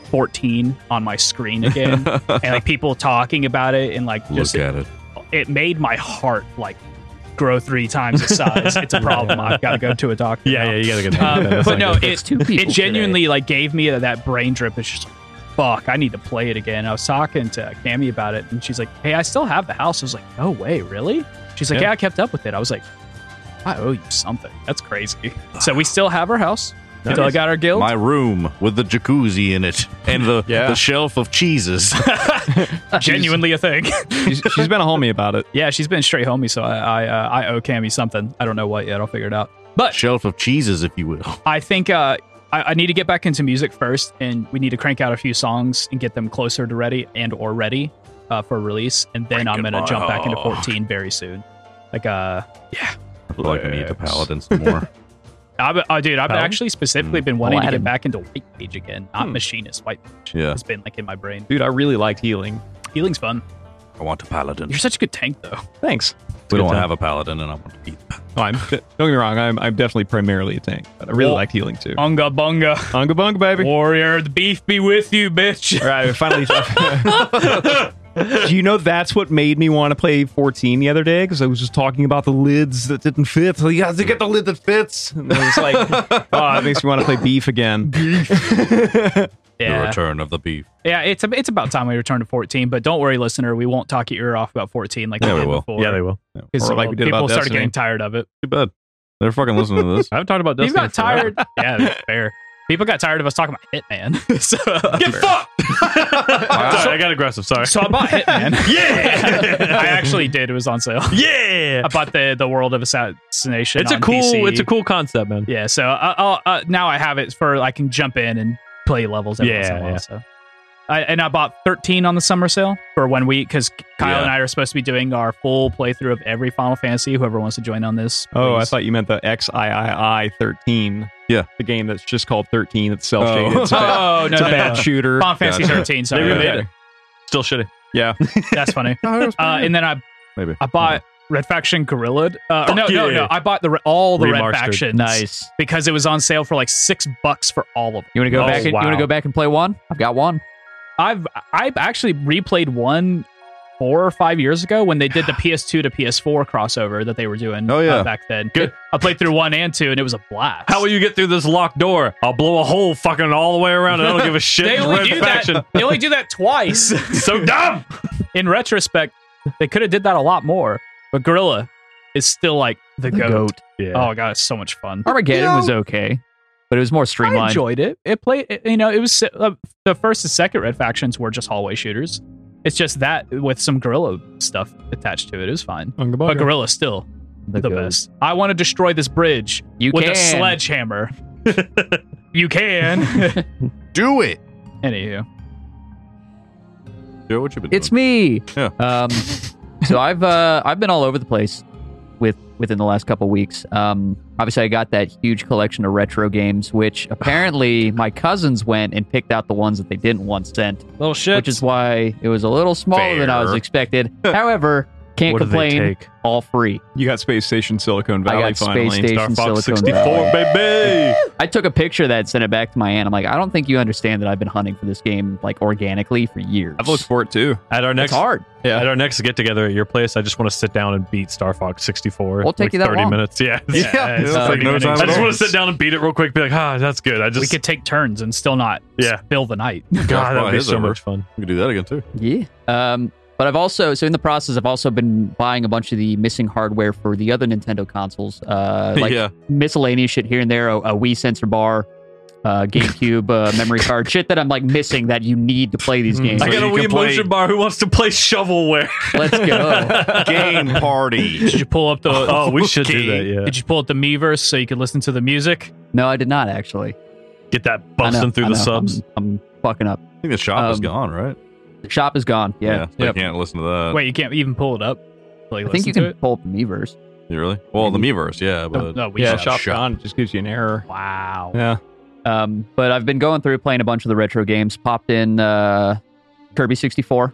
S5: 14 on my screen again and like people talking about it and like
S2: Look
S5: just it,
S2: at it.
S5: made my heart like grow three times its size it's a problem i've got to go to a doctor
S1: Yeah,
S5: now.
S1: yeah, you gotta get that.
S5: Um,
S1: That's
S5: but
S1: not
S5: no
S1: good.
S5: it,
S6: two people
S5: it genuinely like gave me that brain drip it's just like, fuck i need to play it again i was talking to cami about it and she's like hey i still have the house i was like no way really she's like
S3: Yeah.
S5: yeah, i kept up with it i was like i owe you something that's crazy so we still have our house still got our guild
S2: My room with the jacuzzi in it and the,
S3: Yeah.
S2: the shelf of cheeses.
S5: genuinely a thing.
S3: She's, she's been a homie about it.
S5: yeah, she's been straight homie, so I I, uh, I owe Cammy something. I don't know what yet. I'll figure it out. But
S2: shelf of cheeses, if you will.
S5: I think uh, I, I need to get back into music first, and we need to crank out a few songs and get them closer to ready and or ready uh, for release, and then I'm gonna jump back into
S3: Oh.
S5: 14 very soon. Like uh,
S2: I feel like I need the paladin some more.
S5: I've, been- oh, dude, I've
S1: Paladin?
S5: actually
S3: mm,
S5: specifically been wanting to
S6: Aladdin.
S5: get back into White Page again, not
S3: Hmm.
S5: Machinist. White Page
S2: Yeah.
S5: has been like in my brain.
S3: Dude, I really liked healing.
S5: Healing's fun.
S2: I want a paladin.
S5: You're such a good tank though.
S3: Thanks.
S1: good
S2: We don't
S1: time.
S2: have a paladin, and I want to be.
S3: Oh, I'm, don't get me wrong. I'm, I'm definitely primarily a tank, but I really
S5: Well-
S3: liked healing too.
S5: Unga bunga,
S3: Unga bunga, baby.
S5: warrior, the beef be with you, bitch.
S3: All right, finally. Do you know that's what made me want to play 14 the other day? Because I was just talking about the lids that didn't fit. So you have to get the lid that fits. And I was like, oh, that makes me want to play beef again.
S2: The
S5: Yeah.
S2: return of the beef.
S5: Yeah, it's it's about time we return to 14, but don't worry, listener, we won't talk your ear off about 14 like
S2: Yeah,
S5: we
S2: we
S5: did
S2: will.
S5: before.
S1: yeah, they will.
S3: Or like we did
S5: people
S3: about
S5: started
S3: Destiny.
S5: getting tired of it.
S2: Too bad. They're fucking listening to this.
S1: I haven't talked about
S5: People
S1: Destiny.
S5: got tired. yeah, that's fair. People got tired of us talking about Hitman. so, Get fucked!
S1: Sorry, I got aggressive. Sorry.
S5: So I bought Hitman. yeah, I actually did. It was on sale.
S1: Yeah,
S5: I bought the the World of Assassination.
S1: it's a
S5: on
S1: cool,
S5: PC.
S1: it's a cool concept, man.
S5: Yeah, so I, I'll, uh, now I have it for I can jump in and play levels. Every once in a
S1: Yeah,
S5: while,
S1: yeah.
S5: So. I, and I bought 13 on the summer sale for one week because Kyle
S2: Yeah.
S5: and I are supposed to be doing our full playthrough of every Final Fantasy. Whoever wants to join on this,
S3: Oh, I
S5: please.
S3: thought you meant the XIII 13.
S2: Yeah.
S3: The game that's just called 13. It's self shaded.
S2: Oh.
S3: It's a bad,
S5: Oh no,
S3: it's a
S5: no,
S3: bad
S5: no.
S3: shooter.
S5: Final Fantasy
S2: Gotcha.
S5: 13.
S1: They
S5: Sorry,
S1: remade
S5: Yeah.
S1: it. Still shitty.
S5: that's funny. Uh, and then I
S2: Maybe.
S5: I bought Red Faction Gorilla. Uh, or no, no,
S1: yeah.
S5: no. I bought the re- all the
S1: Remastered.
S5: Red Factions
S6: nice.
S5: because it was on sale for like six bucks for all of them.
S6: You want to go
S1: Oh,
S6: back? And, You want
S1: wow.
S6: to go back and play one? I've got one.
S5: I've I've actually replayed one four or five years ago when they did the PS2 to PS4 crossover that they were doing.
S2: Oh, yeah.
S5: uh, back then.
S1: Good.
S5: I played through one and two, and it was a blast.
S1: How will you get through this locked door? I'll blow a hole fucking all the way around and I don't give a shit.
S5: they
S1: It's
S5: only
S1: red
S5: do
S1: faction.
S5: that? They only do that twice.
S1: So dumb.
S5: In retrospect, they could have did that a lot more. But Gorilla is still like the, goat.
S1: Yeah.
S5: Oh god, it's so much fun.
S6: Armageddon was okay, but it was more
S5: I
S6: streamlined.
S5: enjoyed it. It played, it- you know, it was uh, the first and second red factions were just hallway shooters. It's just that with some gorilla stuff attached to it, it was fine.
S3: Unga bunga.
S5: But gorilla still the,
S6: goat.
S5: best. I want to destroy this bridge
S6: You
S5: with
S6: can
S5: a sledgehammer. you can.
S2: Do it.
S5: Anywho,
S2: Do what you've been
S6: It's me.
S2: Yeah.
S6: Um, so I've uh, I've been all over the place with within the last couple weeks. Um, obviously, I got that huge collection of retro games, which apparently my cousins went and picked out the ones that they didn't want sent,
S5: little shit.
S6: which is why it was a little smaller than I was
S2: Fair.
S6: expected. However, can't
S1: What do they
S6: complain.
S1: take?
S6: All free.
S3: You got Space Station Silicon Valley
S6: I got
S3: finally.
S6: Space Station
S1: Star Fox
S6: Silicon
S1: 64,
S6: Valley.
S1: Oh, baby.
S6: I took a picture of that and sent it back to my aunt. I'm like, I don't think you understand that I've been hunting for this game like organically for years.
S3: I've looked for it too.
S1: At our
S6: it's
S1: next
S6: hard.
S1: at our next get together at your place, I just want to sit down and beat Star Fox 64.
S6: Won't take
S1: like
S6: you that
S1: 30
S6: long.
S1: minutes. Yeah.
S2: Yeah,
S5: it's
S2: it's
S5: like
S2: like no
S5: 30
S2: time
S1: I just
S5: minutes.
S2: at all.
S1: want to sit down and beat it real quick. Be like, ah, that's good. I
S5: we
S1: just
S5: could take turns and still not
S1: Yeah.
S5: spill the night.
S1: God, that'd
S2: Fine,
S1: be
S2: it's
S1: so
S2: over.
S1: much fun.
S2: We can do that again too.
S6: Yeah. Um, but I've also so in the process I've also been buying a bunch of the missing hardware for the other Nintendo consoles, uh, like
S2: yeah.
S6: miscellaneous shit here and there, a, a Wii sensor bar, uh, GameCube uh, memory card, shit that I'm like missing that you need to play these games.
S1: I got a
S2: you can
S1: Wii
S2: play-
S1: motion bar. Who wants to play shovelware?
S6: Let's go.
S2: Game party.
S5: Did you pull up the?
S1: oh, we should do that.
S2: Okay.
S1: Yeah,
S5: Did you pull up the Miiverse so you could listen to the music?
S6: No, I did not actually.
S1: get that
S6: I know,
S1: busting through
S6: I
S1: the
S6: know,
S1: subs.
S6: I'm, I'm fucking up.
S2: I think the shop is
S6: Um,
S2: gone, right?
S6: The shop is gone. Yeah.
S2: so you can't listen to that.
S5: Wait, you can't even pull it up. Like,
S6: I think you
S5: listen to
S6: can pull up Meverse.
S2: You really? Well, the
S1: Mm-hmm.
S2: Miiverse, yeah,
S5: it?
S2: but
S5: No, Oh, we
S3: yeah,
S5: should.
S3: shop,
S2: shop.
S3: on just gives you an error.
S5: Wow.
S3: Yeah.
S6: Um, but I've been going through playing a bunch of the retro games. Popped in uh, Kirby 64,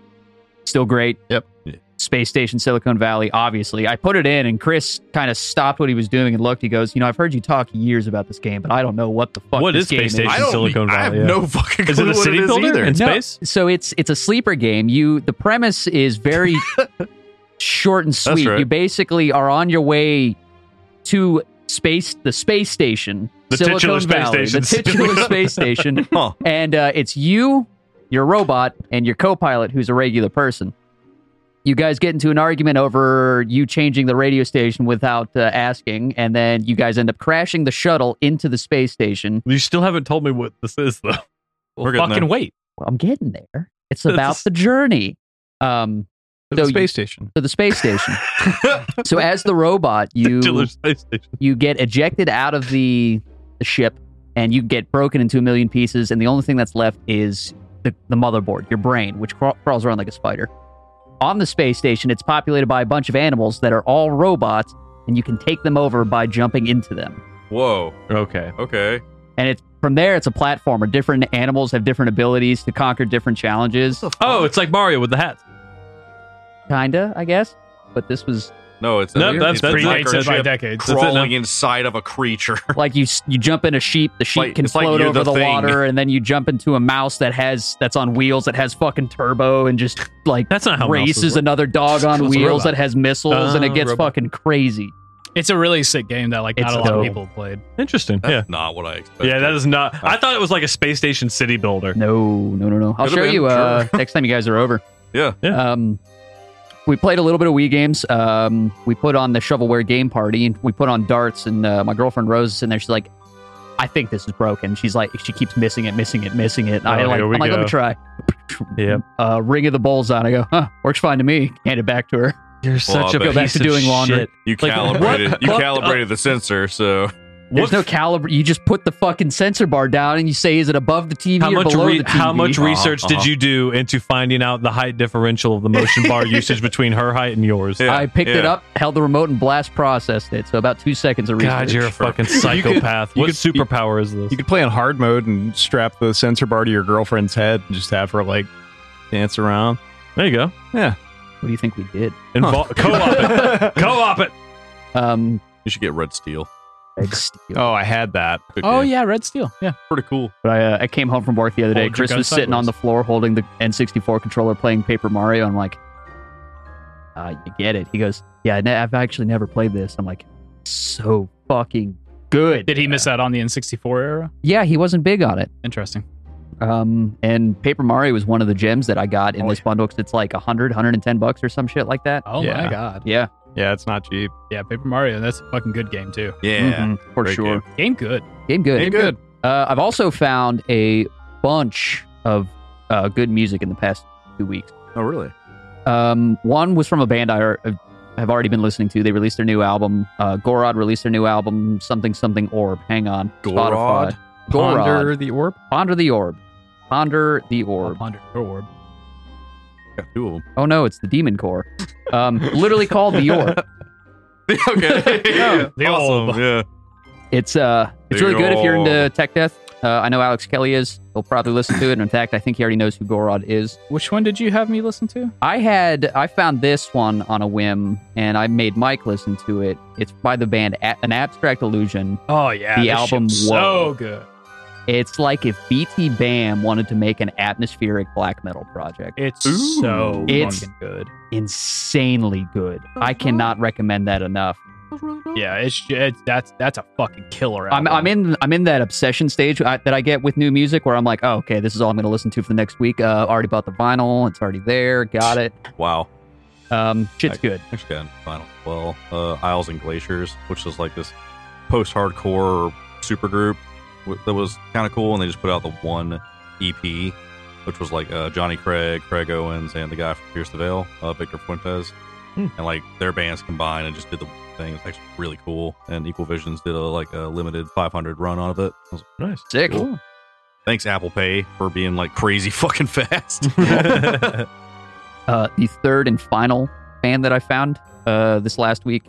S6: still great.
S2: Yep. Yeah.
S6: Space Station Silicon Valley, obviously. I put it in, and Chris kind of stopped what he was doing and looked. He goes, "You know, I've heard you talk years about this game, but I don't know what the fuck
S1: What
S6: this
S1: is
S6: game
S1: Space Station?
S2: I
S1: It's
S2: don't.
S1: Silicon
S2: I have
S1: Valley, yeah.
S2: no fucking
S1: Is
S2: clue
S1: it a
S2: what
S1: city
S2: it is
S1: builder
S2: either.
S1: in
S6: No,
S1: space?
S6: So it's it's a sleeper game. You the premise is very short and sweet.
S2: right.
S6: You basically are on your way to space the space station,
S1: The
S6: Silicon
S1: titular space
S6: Valley,
S1: station.
S6: the titular space station,
S2: Huh.
S6: and uh, it's you, your robot, and your co-pilot, who's a regular person. You guys get into an argument over you changing the radio station without uh, asking, and then you guys end up crashing the shuttle into the space station.
S1: You still haven't told me what this is though.
S2: We're
S5: Well,
S2: getting
S5: fucking
S2: there.
S5: wait.
S6: Well, I'm getting there. It's
S1: That's
S6: about
S1: just-
S6: the journey. Um,
S3: The
S6: So you-
S3: space station.
S6: to the space station. so as the robot, you
S1: Titular space station.
S6: you get ejected out of the, the ship and you get broken into a million pieces and the only thing that's left is the, the motherboard, your brain, which craw- crawls around like a spider. On the space station, it's populated by a bunch of animals that are all robots and you can take them over by jumping into them.
S2: Whoa.
S1: Okay.
S2: Okay.
S6: And it's from there it's a platformer. Different animals have different abilities to conquer different challenges.
S1: Oh, it's like Mario with the hat.
S6: Kinda, I guess. But this was
S2: No, it's
S1: Nope,
S2: a,
S1: that's-
S2: it's
S1: that's
S2: a
S1: it.
S2: microchip
S5: Predated by decades.
S1: it now.
S2: crawling inside of a creature.
S6: like you s- you jump in a sheep the sheep
S2: Like-
S6: can
S2: it's like
S6: float
S2: you're
S6: over
S2: the
S6: the,
S2: thing.
S6: water and then you jump into a mouse that has that's on wheels that has fucking turbo and just like
S1: That's not how mouses
S6: races
S1: work.
S6: another dog
S1: It's a
S6: on wheels
S1: robot.
S6: that has missiles and it
S1: Oh,
S6: gets
S1: robot.
S6: fucking crazy
S5: It's a really sick game that like not
S6: It's
S5: a lot
S6: dope.
S5: of people played.
S1: Interesting.
S2: That's
S1: yeah.
S2: not what I expected.
S1: Yeah, that is not. I thought it was like a space station city builder.
S6: no no no no i'll
S2: Could've
S6: show
S2: been,
S6: you uh next time you guys are over
S2: Yeah.
S1: Yeah.
S6: um we played a little bit of Wii games. Um, we put on the shovelware game party, and we put on darts. And uh, my girlfriend Rose is in there. She's like, "I think this is broken." She's like, she keeps missing it, missing it, missing it. And I
S1: Oh,
S6: like,
S1: here
S6: I'm
S1: we
S6: like, let me
S1: go."
S6: try.
S1: Yep.
S6: uh, ring of the bowls on. I go, huh, works fine to me. Hand it back to her.
S1: You're
S2: such a
S6: Go back to doing laundry.
S2: You
S1: Like, what
S2: calibrated. you
S1: fucked
S2: calibrated the sensor, so
S6: There's no caliber. You just put the fucking sensor bar down and you say, is it above the TV
S1: How
S6: or
S1: much
S6: below
S1: re-
S6: the TV?
S1: how much
S2: Uh-huh,
S1: research did
S2: uh-huh.
S1: you do into finding out the height differential of the motion bar usage between her height and yours?
S2: Yeah,
S6: I picked it
S2: yeah.
S6: up, held the remote, and blast processed it. So about two seconds of research.
S1: God, you're a fucking
S3: You could-
S1: psychopath.
S3: you
S1: what
S3: could-
S1: superpower is this?
S3: You could play on hard mode and strap the sensor bar to your girlfriend's head and just have her like dance around.
S1: there you go.
S6: what do you think we did?
S1: Invol- Co-op it. Co-op it.
S6: Um,
S2: you should get Red Steel.
S3: Oh, I had that.
S2: Good
S5: Oh
S2: game.
S5: yeah, Red Steel. Yeah.
S2: pretty cool.
S6: But I, uh, I came home from work the other day.
S5: Hold your
S6: Chris
S5: gun
S6: was sitting on
S5: sideways.
S6: the floor holding the N64 controller playing Paper Mario. I'm like, uh, you get it. He goes, yeah, ne- I've actually never played this. I'm like, so fucking good.
S5: Did he miss out on the N64 era?
S6: Yeah, he wasn't big on it.
S5: Interesting.
S6: Um, and Paper Mario was one of the gems that I got in
S5: Oh,
S6: this bundle 'cause it's like 100, 110 bucks or some shit like that.
S5: Oh
S3: Yeah.
S5: my god.
S6: Yeah,
S3: Yeah, it's not cheap.
S5: Yeah, Paper Mario. That's a fucking good game too.
S2: Yeah.
S6: mhm, for
S2: great
S6: sure.
S2: game.
S5: Game good.
S6: Game good.
S3: Game good.
S6: Uh, I've also found a bunch of uh, good music in the past two weeks.
S2: Oh really?
S6: Um, one was from a band I ar- have already been listening to. They released their new album. Uh, Gorod released their new album, something something orb. Hang on,
S2: Gorod?
S6: Spotify. Gorod.
S3: Ponder the orb.
S6: Ponder the orb. Ponder the
S5: Or
S6: orb.
S5: Ponder or Orb.
S2: Got two of
S3: Uh-huh.
S2: them.
S6: Oh no, it's the demon core. Um, literally called the orb.
S2: okay.
S5: Yeah. The
S2: awesome.
S5: orb.
S2: Yeah.
S6: It's uh, it's
S2: Big
S6: really good if you're
S2: old.
S6: into tech death. Uh, I know Alex Kelly is. He'll probably listen to it. And in fact, I think he already knows who Gorod is.
S5: Which one did you have me listen to?
S6: I had I found this one on a whim, and I made Mike listen to it. It's by the band a- An Abstract Illusion.
S5: Oh yeah,
S6: The
S5: this
S6: album,
S5: shit's
S6: Whoa.
S5: so good.
S6: It's like if BT Bam wanted to make an atmospheric black metal project.
S5: It's
S2: Ooh.
S5: so
S6: It's-
S5: fucking good.
S6: Insanely good. I cannot recommend that enough.
S5: Yeah, it's, it's that's that's a fucking killer.
S6: I'm,
S5: Album.
S6: I'm in I'm in that obsession stage I, that I get with new music where I'm like, oh, okay, this is all I'm going to listen to for the next week. Uh, already bought the vinyl. It's already there. Got it.
S2: Wow.
S6: Um, shit's good.
S2: Actually got in final well, uh Isles and Glaciers, which is like this post hardcore super group. w- that was kind of cool, and they just put out the one EP, which was like uh, Johnny Craig, Craig Owens, and the guy from Pierce the Veil, uh, Victor Fuentes,
S1: Hmm.
S2: and like their bands combined and just did the thing. It's actually really cool. And Equal Visions did a like a limited 500 run out of it. I was like,
S1: Nice.
S6: Sick.
S2: Thanks Apple Pay for being like crazy fucking fast.
S6: Uh, the third and final band that I found uh, this last week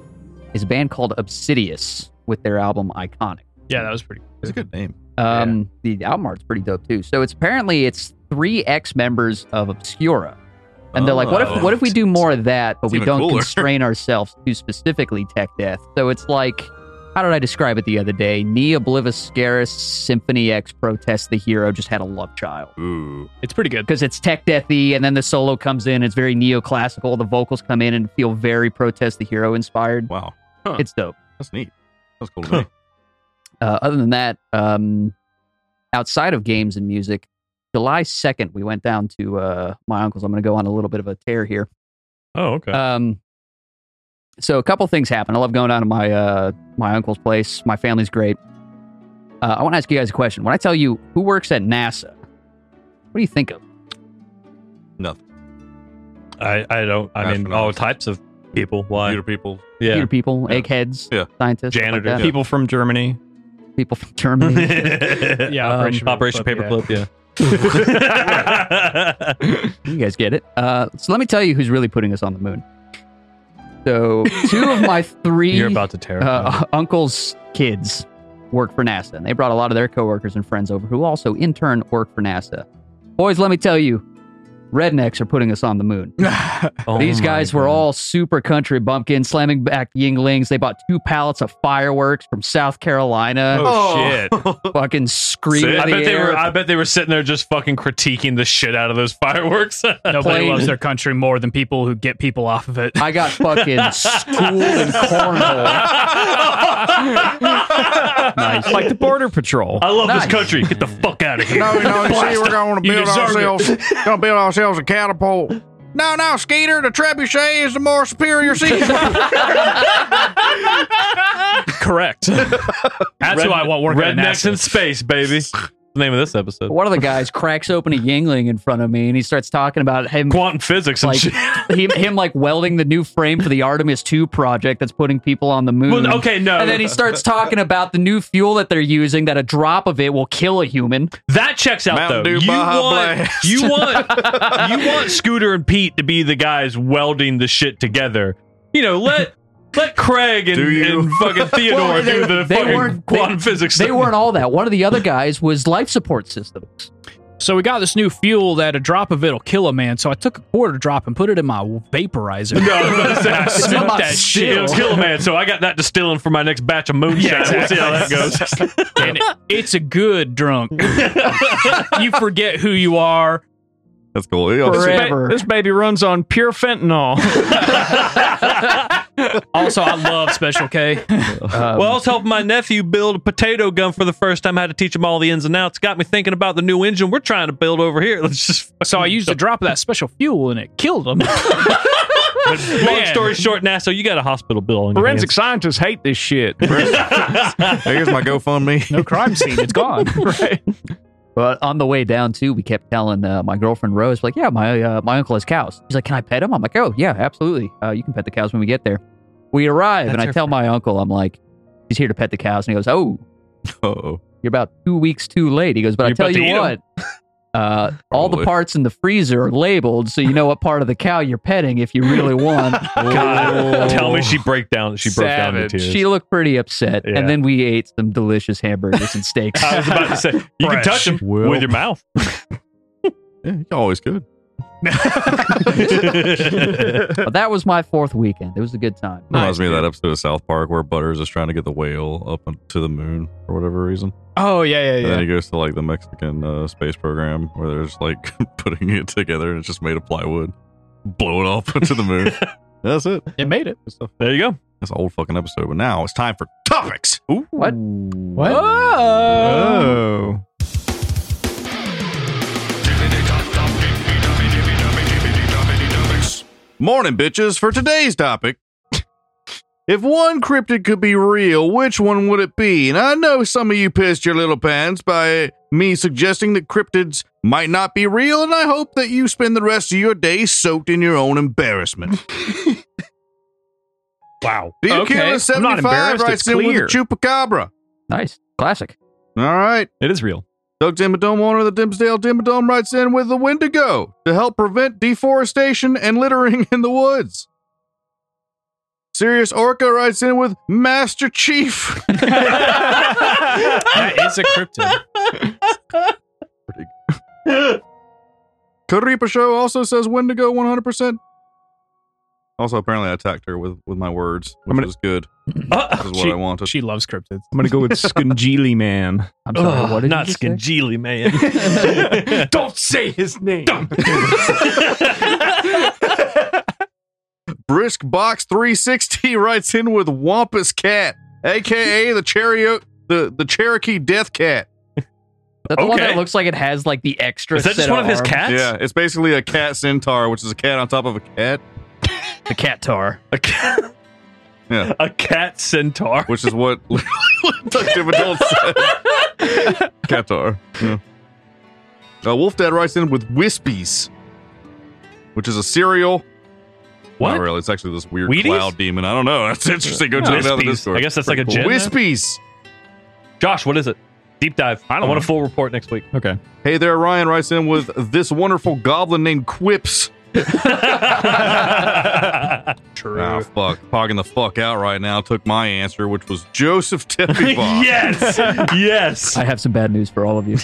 S6: is a band called Obsidious with their album Iconic.
S5: Yeah, that was pretty.
S2: it's a good name.
S6: Um, The album art's pretty dope too. So it's apparently it's three ex members of Obscura, and they're like, what if
S2: Oh.
S6: what if we do more of that, but
S2: It's
S6: we
S2: even
S6: don't
S2: cooler.
S6: constrain ourselves to specifically tech death? So it's like. How did I describe it the other day? Neo Oblivis Scaris Symphony X Protest the Hero just had a love child.
S2: Ooh,
S5: It's pretty good.
S6: because it's tech deathy, and then the solo comes in. It's very neoclassical. The vocals come in and feel very protest the hero inspired.
S2: wow,
S6: It's dope.
S2: that's neat. That's cool. To me.
S6: Uh, other than that, um, outside of games and music, July second we went down to uh, my uncle's. I'm going to go on a little bit of a tear here.
S1: Oh, okay.
S6: Um, so a couple things happened. I love going down to my uh, my uncle's place. My family's great. Uh, I want to ask you guys a question. When I tell you who works at NASA, what do you think of?
S1: I, I don't. I mean, all
S2: Astronauts.
S1: types of people. Why?
S2: Computer people.
S1: Yeah.
S6: Computer people,
S2: Yeah.
S6: eggheads,
S2: Yeah.
S6: scientists, stuff like
S1: Janitors.
S6: that?
S3: People from Germany.
S6: people from Germany.
S5: Yeah,
S1: Um,
S5: Operation
S1: Operation
S5: Paperclip,
S1: Paperclip. Yeah.
S6: you guys get it. Uh, so let me tell you who's really putting us on the moon. So two of my three
S1: You're about to tear.
S6: uh, uncle's kids work for NASA, and they brought a lot of their coworkers and friends over who also in turn work for NASA. Boys, let me tell you, rednecks are putting us on the moon.
S1: Oh
S6: These guys were all super country bumpkins, slamming back yinglings. They bought two pallets of fireworks from South Carolina,
S1: Oh, shit!
S6: fucking screaming.
S1: I
S6: in the
S1: bet they
S6: air.
S1: were. I bet they were sitting there just fucking critiquing the shit out of those fireworks.
S5: Nobody
S6: Plane.
S5: loves their country more than people who get people off of it.
S6: I got fucking schooled in cornhole.
S3: Nice. like the border patrol.
S1: I love
S6: Nice.
S1: this country. Get the fuck out of here.
S4: No, no, you see, we're going to
S1: You
S4: build
S1: deserve it.
S4: ourselves, gonna build ourselves a catapult. No, no, Skeeter, the trebuchet is the more superior season.
S5: Correct. That's who I want working at
S1: Rednecks
S5: NASA.
S1: in space, baby. That's the name of this episode.
S6: One of the guys cracks open a Yingling in front of me, and he starts talking about him,
S1: Quantum physics and
S6: like mm.
S1: shit.
S6: him, him like welding the new frame for the Artemis Two project that's putting people on the moon.
S1: Well, okay, no.
S6: And then he starts talking about the new fuel that they're using, that a drop of it will kill a human.
S1: That checks out
S2: Mountain
S1: though.
S2: Dew
S1: you,
S2: Baja
S1: want,
S2: Blast.
S1: you want you want Scooter and Pete to be the guys welding the shit together. You know, let let Craig and,
S2: Do you?
S1: and fucking Theodore
S6: Well, they-
S1: do the
S6: they
S1: fucking
S6: weren't-
S1: quantum physics.
S6: They
S1: stuff.
S6: weren't all that. One of the other guys was life support systems.
S5: So we got this new fuel that a drop of it'll kill a man. So I took a quarter drop and put it in my vaporizer.
S1: No, I was about to say, I
S5: It's
S1: smoked
S6: not
S1: that shit.
S6: still.
S1: It'll kill a man. So I got that distilling for my next batch of moonshine.
S5: Yeah, exactly.
S1: We'll see how that goes.
S5: and it- it's a good drunk. you forget who you are.
S2: That's cool. Yeah,
S3: This, ba-
S6: Forever.
S3: this baby runs on pure fentanyl.
S5: Also, I love Special K.
S6: Um,
S1: well, I was helping my nephew build a potato gun for the first time. I had to teach him all the ins and outs. Got me thinking about the new engine we're trying to build over here. Let's just.
S5: So I used a drop of that special fuel and it killed him. But
S1: Long story short, NASA, you got a hospital bill. on your
S3: Forensic scientists hate this shit.
S2: Here's my GoFundMe.
S5: no crime scene. It's gone.
S6: But on the way down too, we kept telling uh, my girlfriend Rose, like, "Yeah, my uh, my uncle has cows." He's like, "Can I pet him?" I'm like, "Oh yeah, absolutely. Uh, you can pet the cows when we get there." We arrive,
S1: That's
S6: and I
S1: her
S6: tell my uncle, "I'm like, he's here to pet the cows," and he goes, "Oh,
S2: Oh,
S6: you're about two weeks too late." He goes, "But
S1: You're
S6: I tell
S1: about to
S6: you
S1: eat 'em.
S6: what." Uh, all the
S2: Probably.
S6: parts in the freezer are labeled, so you know what part of the cow you're petting if you really want.
S1: God, tell me she broke down. She broke down into tears.
S6: she looked pretty upset,
S1: Yeah.
S6: and then we ate some delicious hamburgers and steaks.
S1: I was about to say you can
S5: Fresh.
S1: touch them
S2: Well.
S1: with your mouth.
S2: yeah, you always could.
S6: but that was my fourth weekend. It was a good time.
S2: Reminds me of that episode of South Park where Butters is trying to get the whale up on- to the moon for whatever reason.
S3: oh yeah,
S2: And then he goes to like the Mexican uh, space program where they're just like putting it together and it's just made of plywood. Blow it off into the moon. That's it.
S5: It made it.
S2: Good stuff.
S1: There you go.
S2: That's an old fucking episode. But now it's time for topics.
S6: What?
S3: What? Oh.
S2: Morning, bitches. For today's topic, If one cryptid could be real, which one would it be? And I know some of you pissed your little pants by me suggesting that cryptids might not be real, and I hope that you spend the rest of your day soaked in your own embarrassment.
S1: Wow.
S2: Do you
S3: Okay,
S2: kill a
S3: I'm not
S2: 75
S3: embarrassed,
S2: right
S3: it's
S2: in with a
S3: clear.
S2: chupacabra?
S6: Nice. Classic.
S2: All right.
S3: It is real.
S2: Doug Dimmadome, owner of the Dimsdale Dimmadome, writes in with the Wendigo to help prevent deforestation and littering in the woods. Serious Orca writes in with Master Chief.
S5: that is a cryptid.
S2: Karipa Show also says Wendigo 100%. Also, apparently, I attacked her with, with my words, which
S3: gonna-
S2: was good.
S1: Uh,
S2: This is what
S5: she-
S2: I wanted.
S5: She loves cryptids.
S3: I'm gonna go with Skungeely Man.
S6: I'm sorry. what did
S1: uh, not
S6: you just say?
S1: Skingeely, man.
S3: Don't say his name.
S2: Brisk Box 360 writes in with Wampus Cat, aka the Cherio- the, the Cherokee Death Cat.
S6: That's the one that
S1: Okay.
S6: looks like it has like the extra.
S1: Is that just
S6: set
S1: one of his
S6: arm.
S1: cats?
S2: Yeah, it's basically a cat centaur, which is a cat on top of a cat,
S6: The cat tar.
S1: A cat.
S2: Yeah.
S1: A cat centaur.
S2: which is what Doug Dimmadome said. Catar. Yeah. Uh, Wolf Dad writes in with Wispies, which is a cereal. Not really. It's actually this weird
S1: Wheaties?
S2: cloud demon. I don't know. That's interesting. Go check it out on the
S1: Wispies.
S2: Discord.
S1: I guess that's like a
S2: Pretty
S1: gin.
S2: Wispies.
S1: Josh, what is it? Deep dive. I,
S3: don't
S1: want
S3: know.
S1: a full report next week.
S3: Okay.
S2: Hey there, Ryan writes in with this wonderful goblin named Quips.
S1: yes.
S5: True.
S2: Ah, fuck. Pogging the fuck out right now. Took my answer, which was Joseph Teppibaugh.
S1: Yes.
S6: I have some bad news for all of you.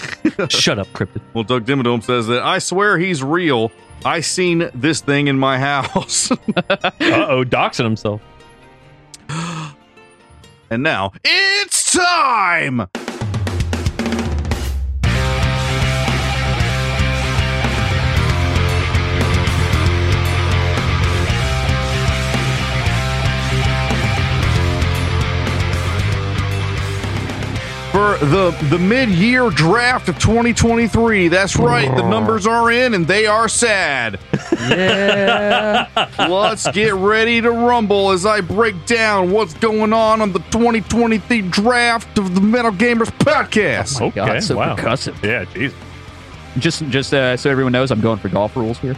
S1: Shut up, Cryptid.
S2: Well, Doug Dimmadome says that I swear he's real. I seen this thing in my house.
S1: Uh oh, doxing himself.
S2: and now it's time. For the, the mid year draft of 2023. That's right. The numbers are in and they are sad.
S6: yeah.
S2: Let's get ready to rumble as I break down what's going on on the 2023 draft of the Metal Gamers podcast.
S1: Okay.
S6: God, so
S1: wow.
S6: percussive.
S1: Yeah, jeez.
S6: Just, just uh, so everyone knows, I'm going for golf rules here.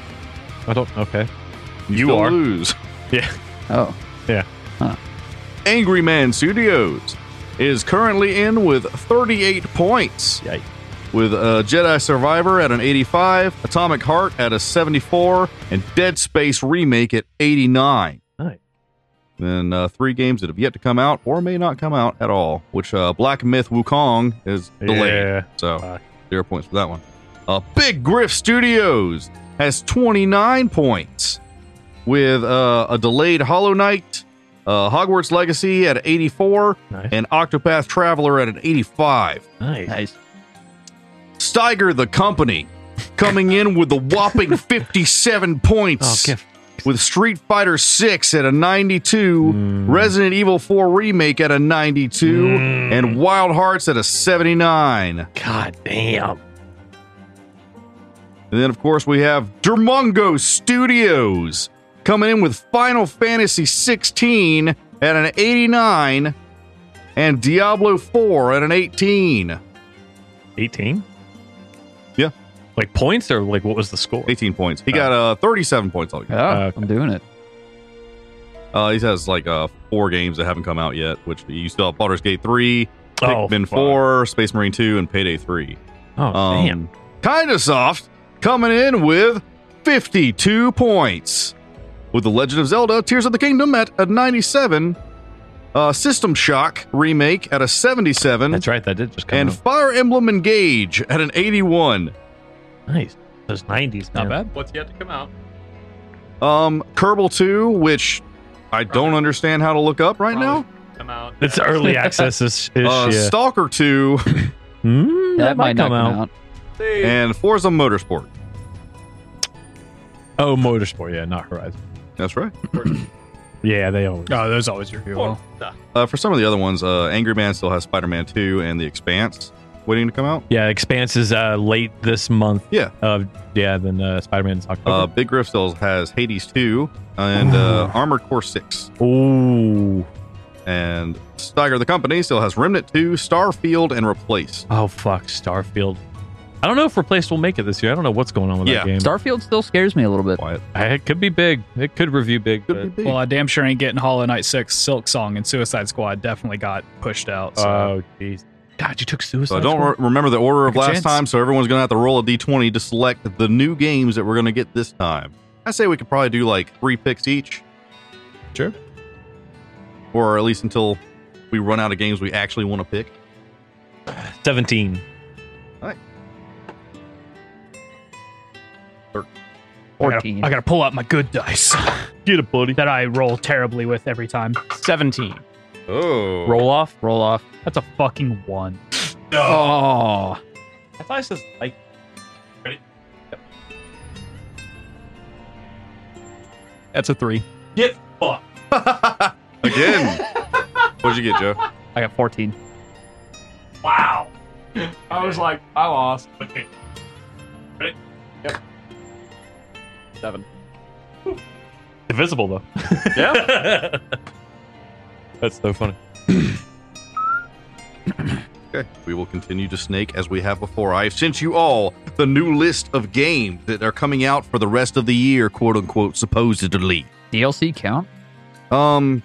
S1: I don't. Okay. You
S2: Still
S1: are.
S2: lose.
S6: Oh,
S2: Angry Man Studios is currently in with 38 points.
S1: Yikes.
S2: With uh, Jedi Survivor at an 85, Atomic Heart at a 74, and Dead Space Remake at 89.
S1: Nice.
S2: Then uh, three games that have yet to come out or may not come out at all, which uh, Black Myth Wukong is delayed.
S1: Yeah.
S2: So
S1: Fuck.
S2: zero points for that one. Uh, Big Griff Studios has 29 points with uh, a delayed Hollow Knight, uh, Hogwarts Legacy at 84,
S1: Nice.
S2: and Octopath Traveler at an 85.
S1: Nice.
S6: nice.
S2: Steiger the Company coming in with the whopping 57
S1: Oh,
S2: points
S1: give.
S2: with Street Fighter 6 at a 92,
S1: Mm.
S2: Resident Evil 4 Remake at a 92,
S1: Mm.
S2: and Wild Hearts at a 79.
S1: God damn.
S2: And then, of course, we have Dermongo Studios coming in with Final Fantasy 16 at an 89 and Diablo 4 at an 18.
S1: 18?
S2: Yeah.
S1: Like points or like what was the score?
S2: 18 points. He got uh, 37 points
S6: Oh,
S2: altogether.
S1: okay.
S6: I'm doing it.
S2: Uh, he has like uh, four games that haven't come out yet, which you still have Baldur's Gate 3,
S1: Oh,
S2: Pikmin
S1: fuck.
S2: 4, Space Marine 2, and Payday 3.
S1: Oh, damn.
S2: Um, kind of soft, coming in with 52 points. With The Legend of Zelda Tears of the Kingdom at a 97, uh, System Shock Remake at a 77,
S1: That's right. That did just come
S2: and
S1: out.
S2: Fire Emblem Engage at an 81.
S1: Nice. Those 90s.
S5: Not
S1: man.
S5: bad.
S3: What's yet to come out?
S2: Um, Kerbal 2, which I don't understand how to look up right now.
S3: Come out.
S1: It's early access ish.
S2: Uh,
S1: yeah.
S2: Stalker 2
S1: Mm,
S6: That, might, not come out.
S2: and Forza Motorsport.
S1: Oh, Motorsport. Yeah, not Horizon.
S2: That's right.
S1: Yeah, they always.
S5: Oh, those always your hero.
S2: Uh, for some of the other ones, uh, Angry Man still has Spider Man 2 and The Expanse waiting to come out.
S1: Yeah, Expanse is uh, late this month.
S2: Yeah.
S1: Uh, yeah, then uh, Spider Man's
S2: Uh,
S1: October.
S2: Big Griff still has Hades 2 and uh, Armored Core 6.
S1: Ooh.
S2: And Steiger, the company, still has Remnant 2, Starfield, and Replaced.
S1: Oh fuck, Starfield. I don't know if Replaced will make it this year. I don't know what's going on with
S2: Yeah.
S1: that game.
S6: Starfield still scares me a little bit.
S2: Quiet.
S1: I- it could be big. It could review big. but-
S5: Well, I damn sure ain't getting Hollow Knight 6, Silk Song, and Suicide Squad definitely got pushed out. So.
S1: Oh jeez. God, you took suicide.
S2: So I don't
S1: Squad?
S2: re- remember the order of
S5: Take a
S2: last
S5: chance.
S2: time, so everyone's going to have to roll a d20 to select the new games that we're going to get this time. I say we could probably do like three picks each.
S3: Sure.
S2: Or at least until we run out of games we actually want to pick.
S1: Seventeen.
S6: 14.
S5: I gotta pull out my good dice
S1: Get it, buddy.
S5: that I roll terribly with every time.
S3: 17.
S2: Oh.
S1: Roll off.
S6: Roll off.
S5: That's a fucking one.
S6: Oh.
S1: I thought it says like.
S3: That's a three.
S2: Again. What'd you get, Joe?
S6: I got 14.
S5: Wow.
S3: I was like, I lost. Yep. Seven.
S1: Divisible though.
S3: Yeah.
S1: That's so funny.
S2: Okay. We will continue to snake as we have before. I have sent you all the new list of games that are coming out for the rest of the year, quote unquote, supposedly.
S6: DLC count?
S2: Um,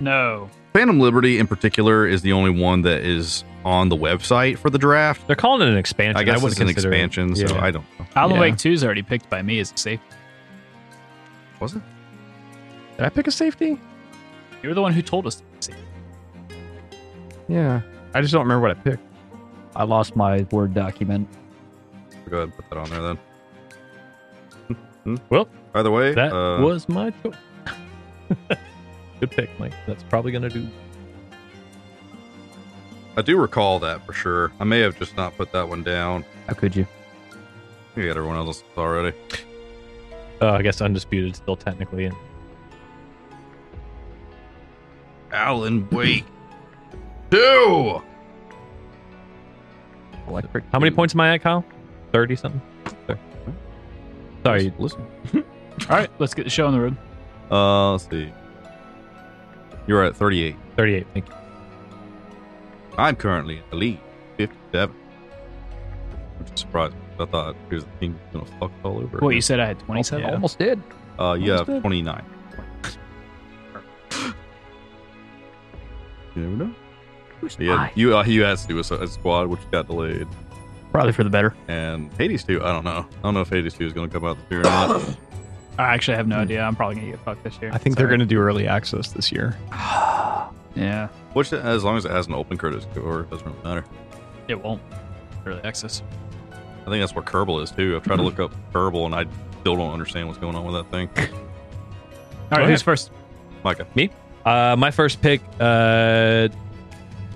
S5: No.
S2: Phantom Liberty in particular is the only one that is on the website for the draft.
S1: They're calling it an expansion.
S2: I guess
S1: wouldn't
S2: it's an
S1: consider it-
S2: expansion, so
S1: Yeah.
S2: I don't know.
S5: Alan
S3: Yeah.
S5: Wake 2 is already picked by me as a safe.
S2: Was it?
S3: Did I pick a safety?
S5: You're the one who told us to pick safe.
S3: Yeah. I just don't remember what I picked.
S6: I lost my Word document.
S2: Go ahead and put that on there then. Hmm,
S1: Well,
S2: Either way,
S1: that
S2: uh,
S1: was my choice. Good pick, Mike. That's probably gonna do.
S2: I do recall that for sure. I may have just not put that one down.
S6: How could you?
S2: You got everyone else already.
S1: Uh, I guess undisputed still technically in.
S2: Alan Wake. Two.
S6: Electric.
S1: How many points am I at, Kyle? Thirty something. Sorry. Sorry.
S2: Listen.
S5: All right, let's get the show on the road.
S2: Uh, let's see. You're at 38.
S1: Thirty-eight. Thank you.
S2: I'm currently in the lead, 57. Which is surprising. I thought he was the king gonna fuck us all over.
S5: What, you said I had 27?
S6: Almost did.
S2: Uh, yeah,
S1: Almost dead.
S2: 29. you never know.
S6: Who's
S2: Yeah, you uh, you had to do a, a squad, which got delayed,
S6: Probably for the better.
S2: and Hades two. I don't know. I don't know if Hades two is going to come out this year or not.
S5: I actually have no idea. I'm probably gonna get fucked this year.
S3: I think they're going to do early access this year.
S5: to. Yeah,
S2: Which, as long as it has an open credit score, it doesn't really matter.
S5: it won't. Early access.
S2: I think that's where Kerbal is too. I've tried to look up Kerbal, and I still don't understand what's going on with that thing.
S5: All right, who's first?
S2: Micah,
S1: Uh, my first pick. Uh,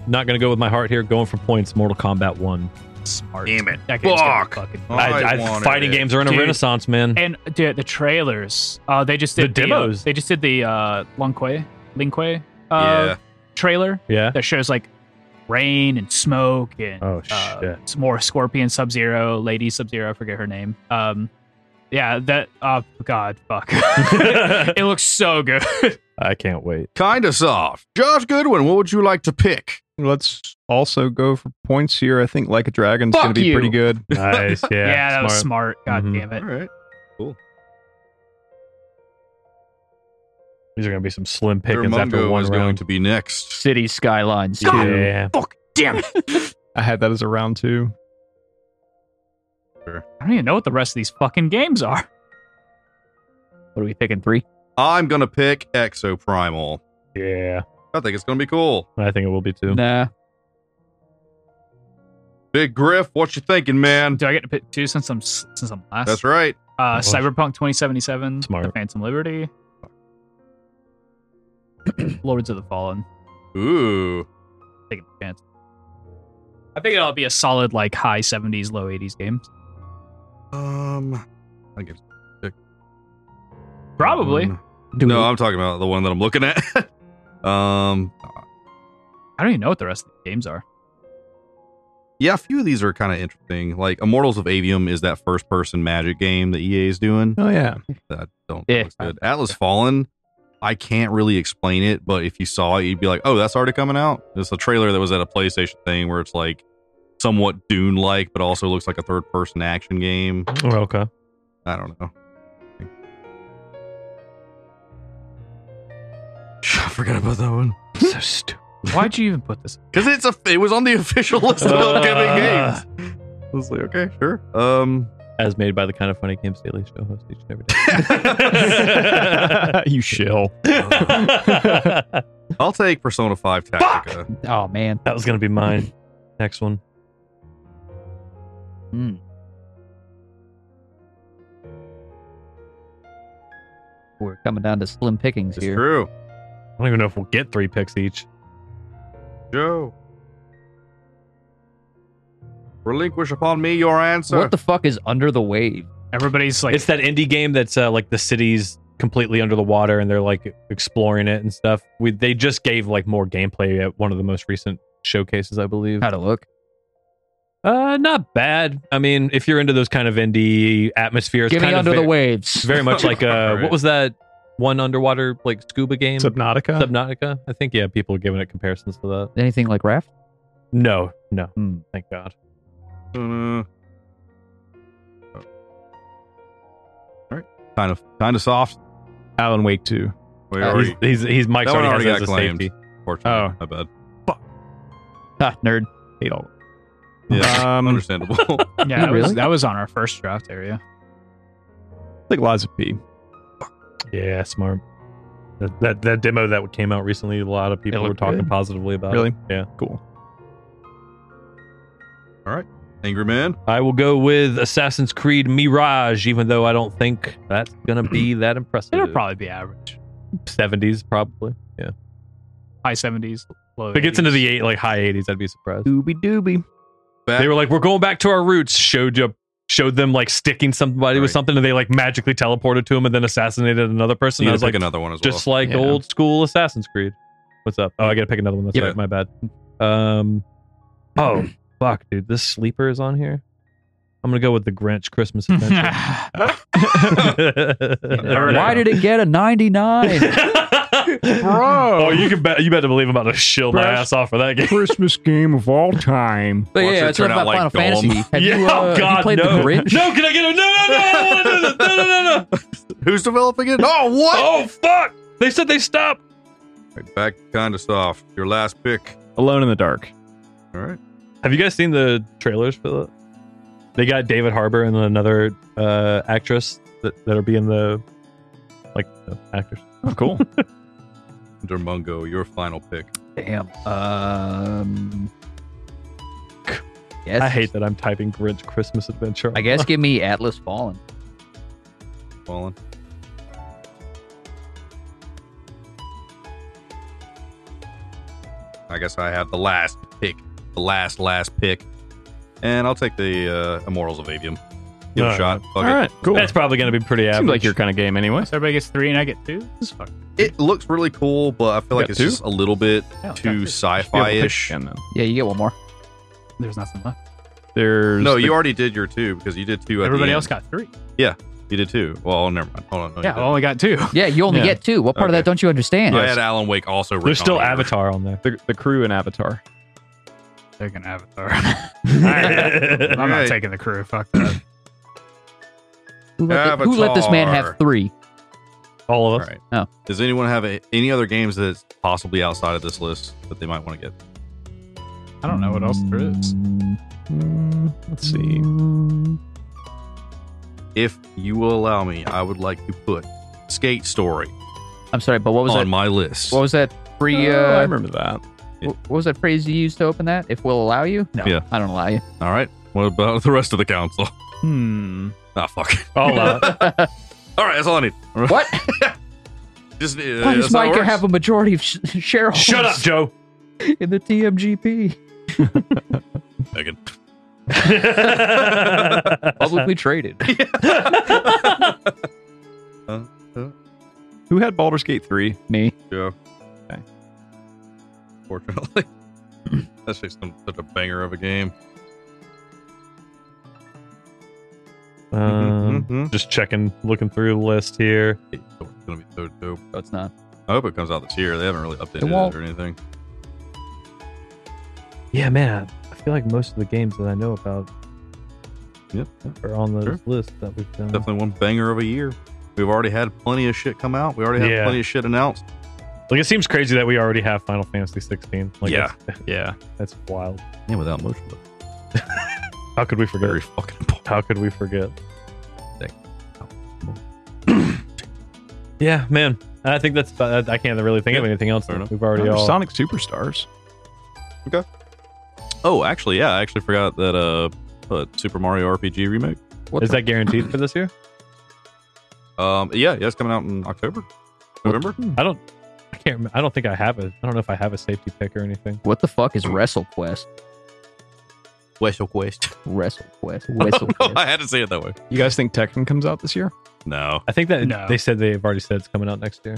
S1: not gonna go with my heart here. Going for points. Mortal Kombat One.
S5: Smart.
S4: Damn it.
S5: That game's gonna
S4: Fuck.
S5: fucking.
S1: I,
S2: I
S1: I,
S2: wanted
S1: fighting
S2: it.
S1: games are in a
S5: Dude.
S1: renaissance, man.
S5: And dude, the trailers. Uh, they just did
S1: The demos.
S5: they just did the uh, Lin Kuei, Lin Kuei, uh,
S2: yeah,
S5: trailer
S1: yeah.
S5: that shows like rain and smoke and
S1: Oh
S5: uh,
S1: shit.
S5: some more Scorpion Sub Zero, Lady Sub Zero. I forget her name. Um, yeah, that. Oh God, fuck. it looks so good.
S1: I can't wait.
S2: kind of soft. Josh Goodwin, what would you like to pick?
S3: Let's also go for points here. I think Like a Dragon's going
S6: Fuck
S3: to be
S6: you.
S3: pretty good.
S1: Nice. Yeah.
S5: Yeah, that was smart. God
S1: Mhm.
S5: damn it.
S2: right,
S1: These are gonna be some slim pickings after
S2: Mungo
S1: one
S2: is going
S1: round.
S2: to be next.
S6: City Skylines.
S1: yeah.
S6: too.
S3: I had that as a round two.
S5: I don't even know what the rest of these fucking games are.
S6: What are we picking? Three?
S2: I'm going to pick Exo Primal.
S1: Yeah.
S2: I think it's going to be cool.
S1: I think it will be too.
S6: Nah.
S2: Big Griff, what you thinking, man?
S5: Do I get to pick two since I'm s- since I'm last?
S2: That's right.
S5: Uh,
S1: Well,
S5: Cyberpunk 2077, The
S1: smart.
S5: Phantom Liberty, Lords of the Fallen.
S2: Ooh.
S5: Taking a chance. I think it'll be a solid like high 70s, low 80s games.
S2: Um, I guess
S5: Probably.
S1: Mm.
S2: Um,
S6: Do
S2: no,
S6: we-
S2: I'm talking about the one that I'm looking at. um,
S5: I don't even know what the rest of the games are.
S2: yeah, a few of these are kind of interesting. Like Immortals of Avium is that first person magic game that EA E is doing.
S3: Oh, yeah.
S2: That don't
S6: Yeah.
S2: looks good. Atlas Fallen I can't really explain it, but if you saw it, you'd be like, "Oh, that's already coming out." It's a trailer that was at a PlayStation thing where it's like somewhat Dune-like, but also looks like a third-person action game.
S1: Oh, okay.
S2: I don't know. I forgot about that one
S5: so stupid. Why'd you even put this?
S2: because it's a it was on the official list of
S1: Uh,
S2: upcoming games. I was like, okay, sure. Um,
S1: As made by the kind of funny games daily show host each and every
S3: you shill.
S1: day.
S2: I'll take Persona Five Tactica.
S6: Oh man,
S1: that was gonna be mine. Next one.
S6: Hmm. we're coming down to slim pickings
S2: It's
S6: here.
S2: true,
S1: I don't even know if we'll get three picks each.
S2: Joe. Relinquish upon me your answer.
S6: What the fuck is under the wave?
S5: Everybody's like,
S1: it's that indie game that's uh, like the city's completely under the water and they're like exploring it and stuff. We they just gave like more gameplay at one of the most recent showcases, I believe.
S6: How to look?
S1: Uh, not bad. I mean, if you're into those kind of indie atmospheres,
S6: Give me
S1: kind of
S6: under
S1: ve-
S6: the waves.
S1: very much like uh,
S2: Right.
S1: what was that one underwater like scuba game?
S3: Subnautica.
S1: Subnautica. I think yeah, people are giving it comparisons to that.
S6: Anything like raft?
S1: No, no,
S6: Hmm.
S1: thank God.
S3: Mm.
S2: Uh, oh. All right, kind of kind of soft.
S3: Alan Wake 2.
S2: We
S6: Uh,
S2: already,
S1: he's, Oh. he's, he's Mike's
S2: that one
S1: already,
S2: already
S1: has it
S2: got
S1: as a
S2: claimed.
S1: safety.
S2: Unfortunately, my bad.
S6: Ha, nerd.
S3: Hate all.
S1: Uh,
S2: Yeah,
S3: Um,
S2: understandable.
S5: yeah, that,
S6: really?
S5: was, that was on our first draft area.
S3: Like lots of P.
S1: Yeah, smart. That, that that demo that came out recently, a lot of people were
S3: looked
S1: talking
S3: good.
S1: positively about.
S3: Really?
S1: It. Yeah.
S3: Cool.
S2: Angry man.
S1: I will go with Assassin's Creed Mirage, even though I don't think that's gonna be that impressive.
S5: It'll probably be average,
S1: seventies, probably. Yeah.
S5: high seventies, low.
S1: If it gets into
S5: 80s.
S1: the eight, like high eighties, I'd be surprised.
S3: Doobie doobie.
S2: Back,
S1: They were like, "We're going back to our roots." Showed you, showed them like sticking somebody
S2: Right.
S1: with something, and they like magically teleported to him, and then assassinated another person. I
S2: you gotta
S1: was
S2: pick
S1: like,
S2: another one as well.
S1: just like
S3: Yeah.
S1: old school Assassin's Creed. What's up? Oh, I gotta pick another one. That's
S2: Yep.
S1: right. My bad. Um. Oh fuck, dude, this sleeper is on here. I'm gonna go with the Grinch Christmas Adventure.
S5: Heard
S6: Why
S5: it.
S6: did it get a 99?
S1: Bro, oh, you can bet you better believe I'm about to shill my
S3: Brush.
S1: ass off for that game.
S3: Christmas game of all time.
S6: But
S2: Watch it
S6: yeah, it's
S2: turn out
S6: about
S2: like
S6: Final
S2: Gollum.
S6: Fantasy. Have
S1: yeah,
S6: you,
S1: oh,
S6: uh, have you
S1: God,
S6: played
S1: no.
S6: the Grinch?
S1: No, can I get a no? No, no, I don't want to do this. No, no, no, no.
S2: Who's developing it? Oh, what?
S1: Oh fuck! They said they stopped.
S2: Right, back kind of soft. Your last pick.
S3: Alone in the Dark.
S2: All right.
S1: Have you guys seen the trailers for that? They got David Harbour and another uh, actress that that'll be in the like the actors.
S3: Oh, cool.
S2: Dermungo, your final pick.
S6: Damn. Um. Yes.
S1: I hate that I'm typing Grinch Christmas Adventure.
S6: I guess give me Atlas Fallen.
S2: Fallen. I guess I have the last pick. The last, last pick. And I'll take the uh, Immortals of Avium. Give it a
S1: Alright.
S2: shot. Fuck
S3: all
S2: it.
S3: right. Cool.
S1: that's probably going to be pretty average.
S3: Seems like your kind of game anyway.
S5: So everybody gets three, and I get two. This is fucking
S2: It looks really cool, but I feel like
S3: Got
S2: it's
S3: two?
S2: just a little bit
S5: hell,
S2: too
S5: that's it.
S2: sci fi ish.
S3: And then
S6: Yeah, you get one more.
S5: There's nothing left.
S3: there's
S2: No,
S3: the-
S2: you already did your two because you did two. At
S5: Everybody
S2: the
S5: else
S2: end.
S5: got three.
S2: You did two. Well, never mind. Hold on. No, you
S5: Yeah, oh, I
S2: didn't.
S5: only got two.
S6: Yeah, you only
S3: Yeah.
S6: get two. What part of
S2: Okay.
S6: that don't you understand?
S2: I had Alan Wake also. written
S1: There's still
S2: on here.
S1: Avatar on there.
S3: the, the crew in Avatar.
S5: They're gonna have it. though. I'm not
S2: Right.
S5: taking the crew. Fuck that.
S6: Who let, the- who let this man
S2: Avatar.
S6: have three?
S1: All
S2: All
S1: of us.
S2: right.
S6: Oh.
S2: Does anyone have a, any other games that's possibly outside of this list that they might want to get?
S5: I don't know what else there is.
S3: Mm, let's see.
S1: Mm-hmm,
S2: If you will allow me, I would like to put Skate Story
S6: I'm sorry, but what was
S2: on
S6: that?
S2: my list.
S6: What was that free?
S3: Oh, I
S6: Uh,
S3: remember that.
S6: wh- what was that phrase you used to open that? If we'll allow you? No,
S2: Yeah.
S6: I don't allow you.
S2: All right. What about the rest of the council?
S3: Hmm.
S2: Ah, fuck.
S1: All of us.
S2: All right, that's all I need.
S6: What?
S2: Just uh,
S6: Why does
S2: that's how it
S6: Mike
S2: works.
S6: have a majority of sh- shareholders
S1: Shut up, Joe.
S6: in the TMGP?
S2: Megan.
S6: Publicly traded.
S3: Who had Baldur's Gate 3?
S6: Me.
S2: Yeah.
S3: Okay.
S2: Fortunately, that's just some, such a banger of a game.
S1: um,
S2: Mhm, mhm.
S1: Um, mm-hmm. just checking, looking through the list here.
S2: It's gonna be so dope.
S6: No, it's not.
S2: I hope it comes out this year. They haven't really updated it,
S6: won't.
S2: or anything.
S1: Yeah, man. I feel like most of the games that I know about
S2: Yep, yep.
S1: are on those
S2: Sure.
S1: lists that we've done.
S2: definitely one banger of a year. We've already had plenty of shit come out. We already had
S1: Yeah.
S2: plenty of shit announced.
S1: Like it seems crazy that we already have Final Fantasy 16. Like
S2: Yeah.
S1: that's,
S3: Yeah.
S1: that's wild.
S2: Yeah, without motion, but
S1: How could we forget?
S2: very fucking important.
S1: How could we forget? yeah, man. I think that's. I I can't really think of
S2: Yeah.
S1: anything else.
S2: Fair enough.
S1: We've already all.
S3: Um, Sonic Superstars.
S2: Oh, actually, yeah, I actually forgot that uh, uh Super Mario RPG remake.
S6: What
S1: Is
S6: the-
S1: that guaranteed for this year?
S2: Um, yeah, yeah, it's coming out in October, November.
S1: I don't. I can't. Remember. I don't think I have it. I don't know if I have a safety pick or anything.
S6: what the fuck is WrestleQuest?
S2: West Quest.
S6: WrestleQuest. WrestleQuest.
S2: I had to say it that way.
S3: You guys think Tekken comes out this year?
S2: No,
S1: I think that
S5: No.
S1: they said they've already said it's coming out next year.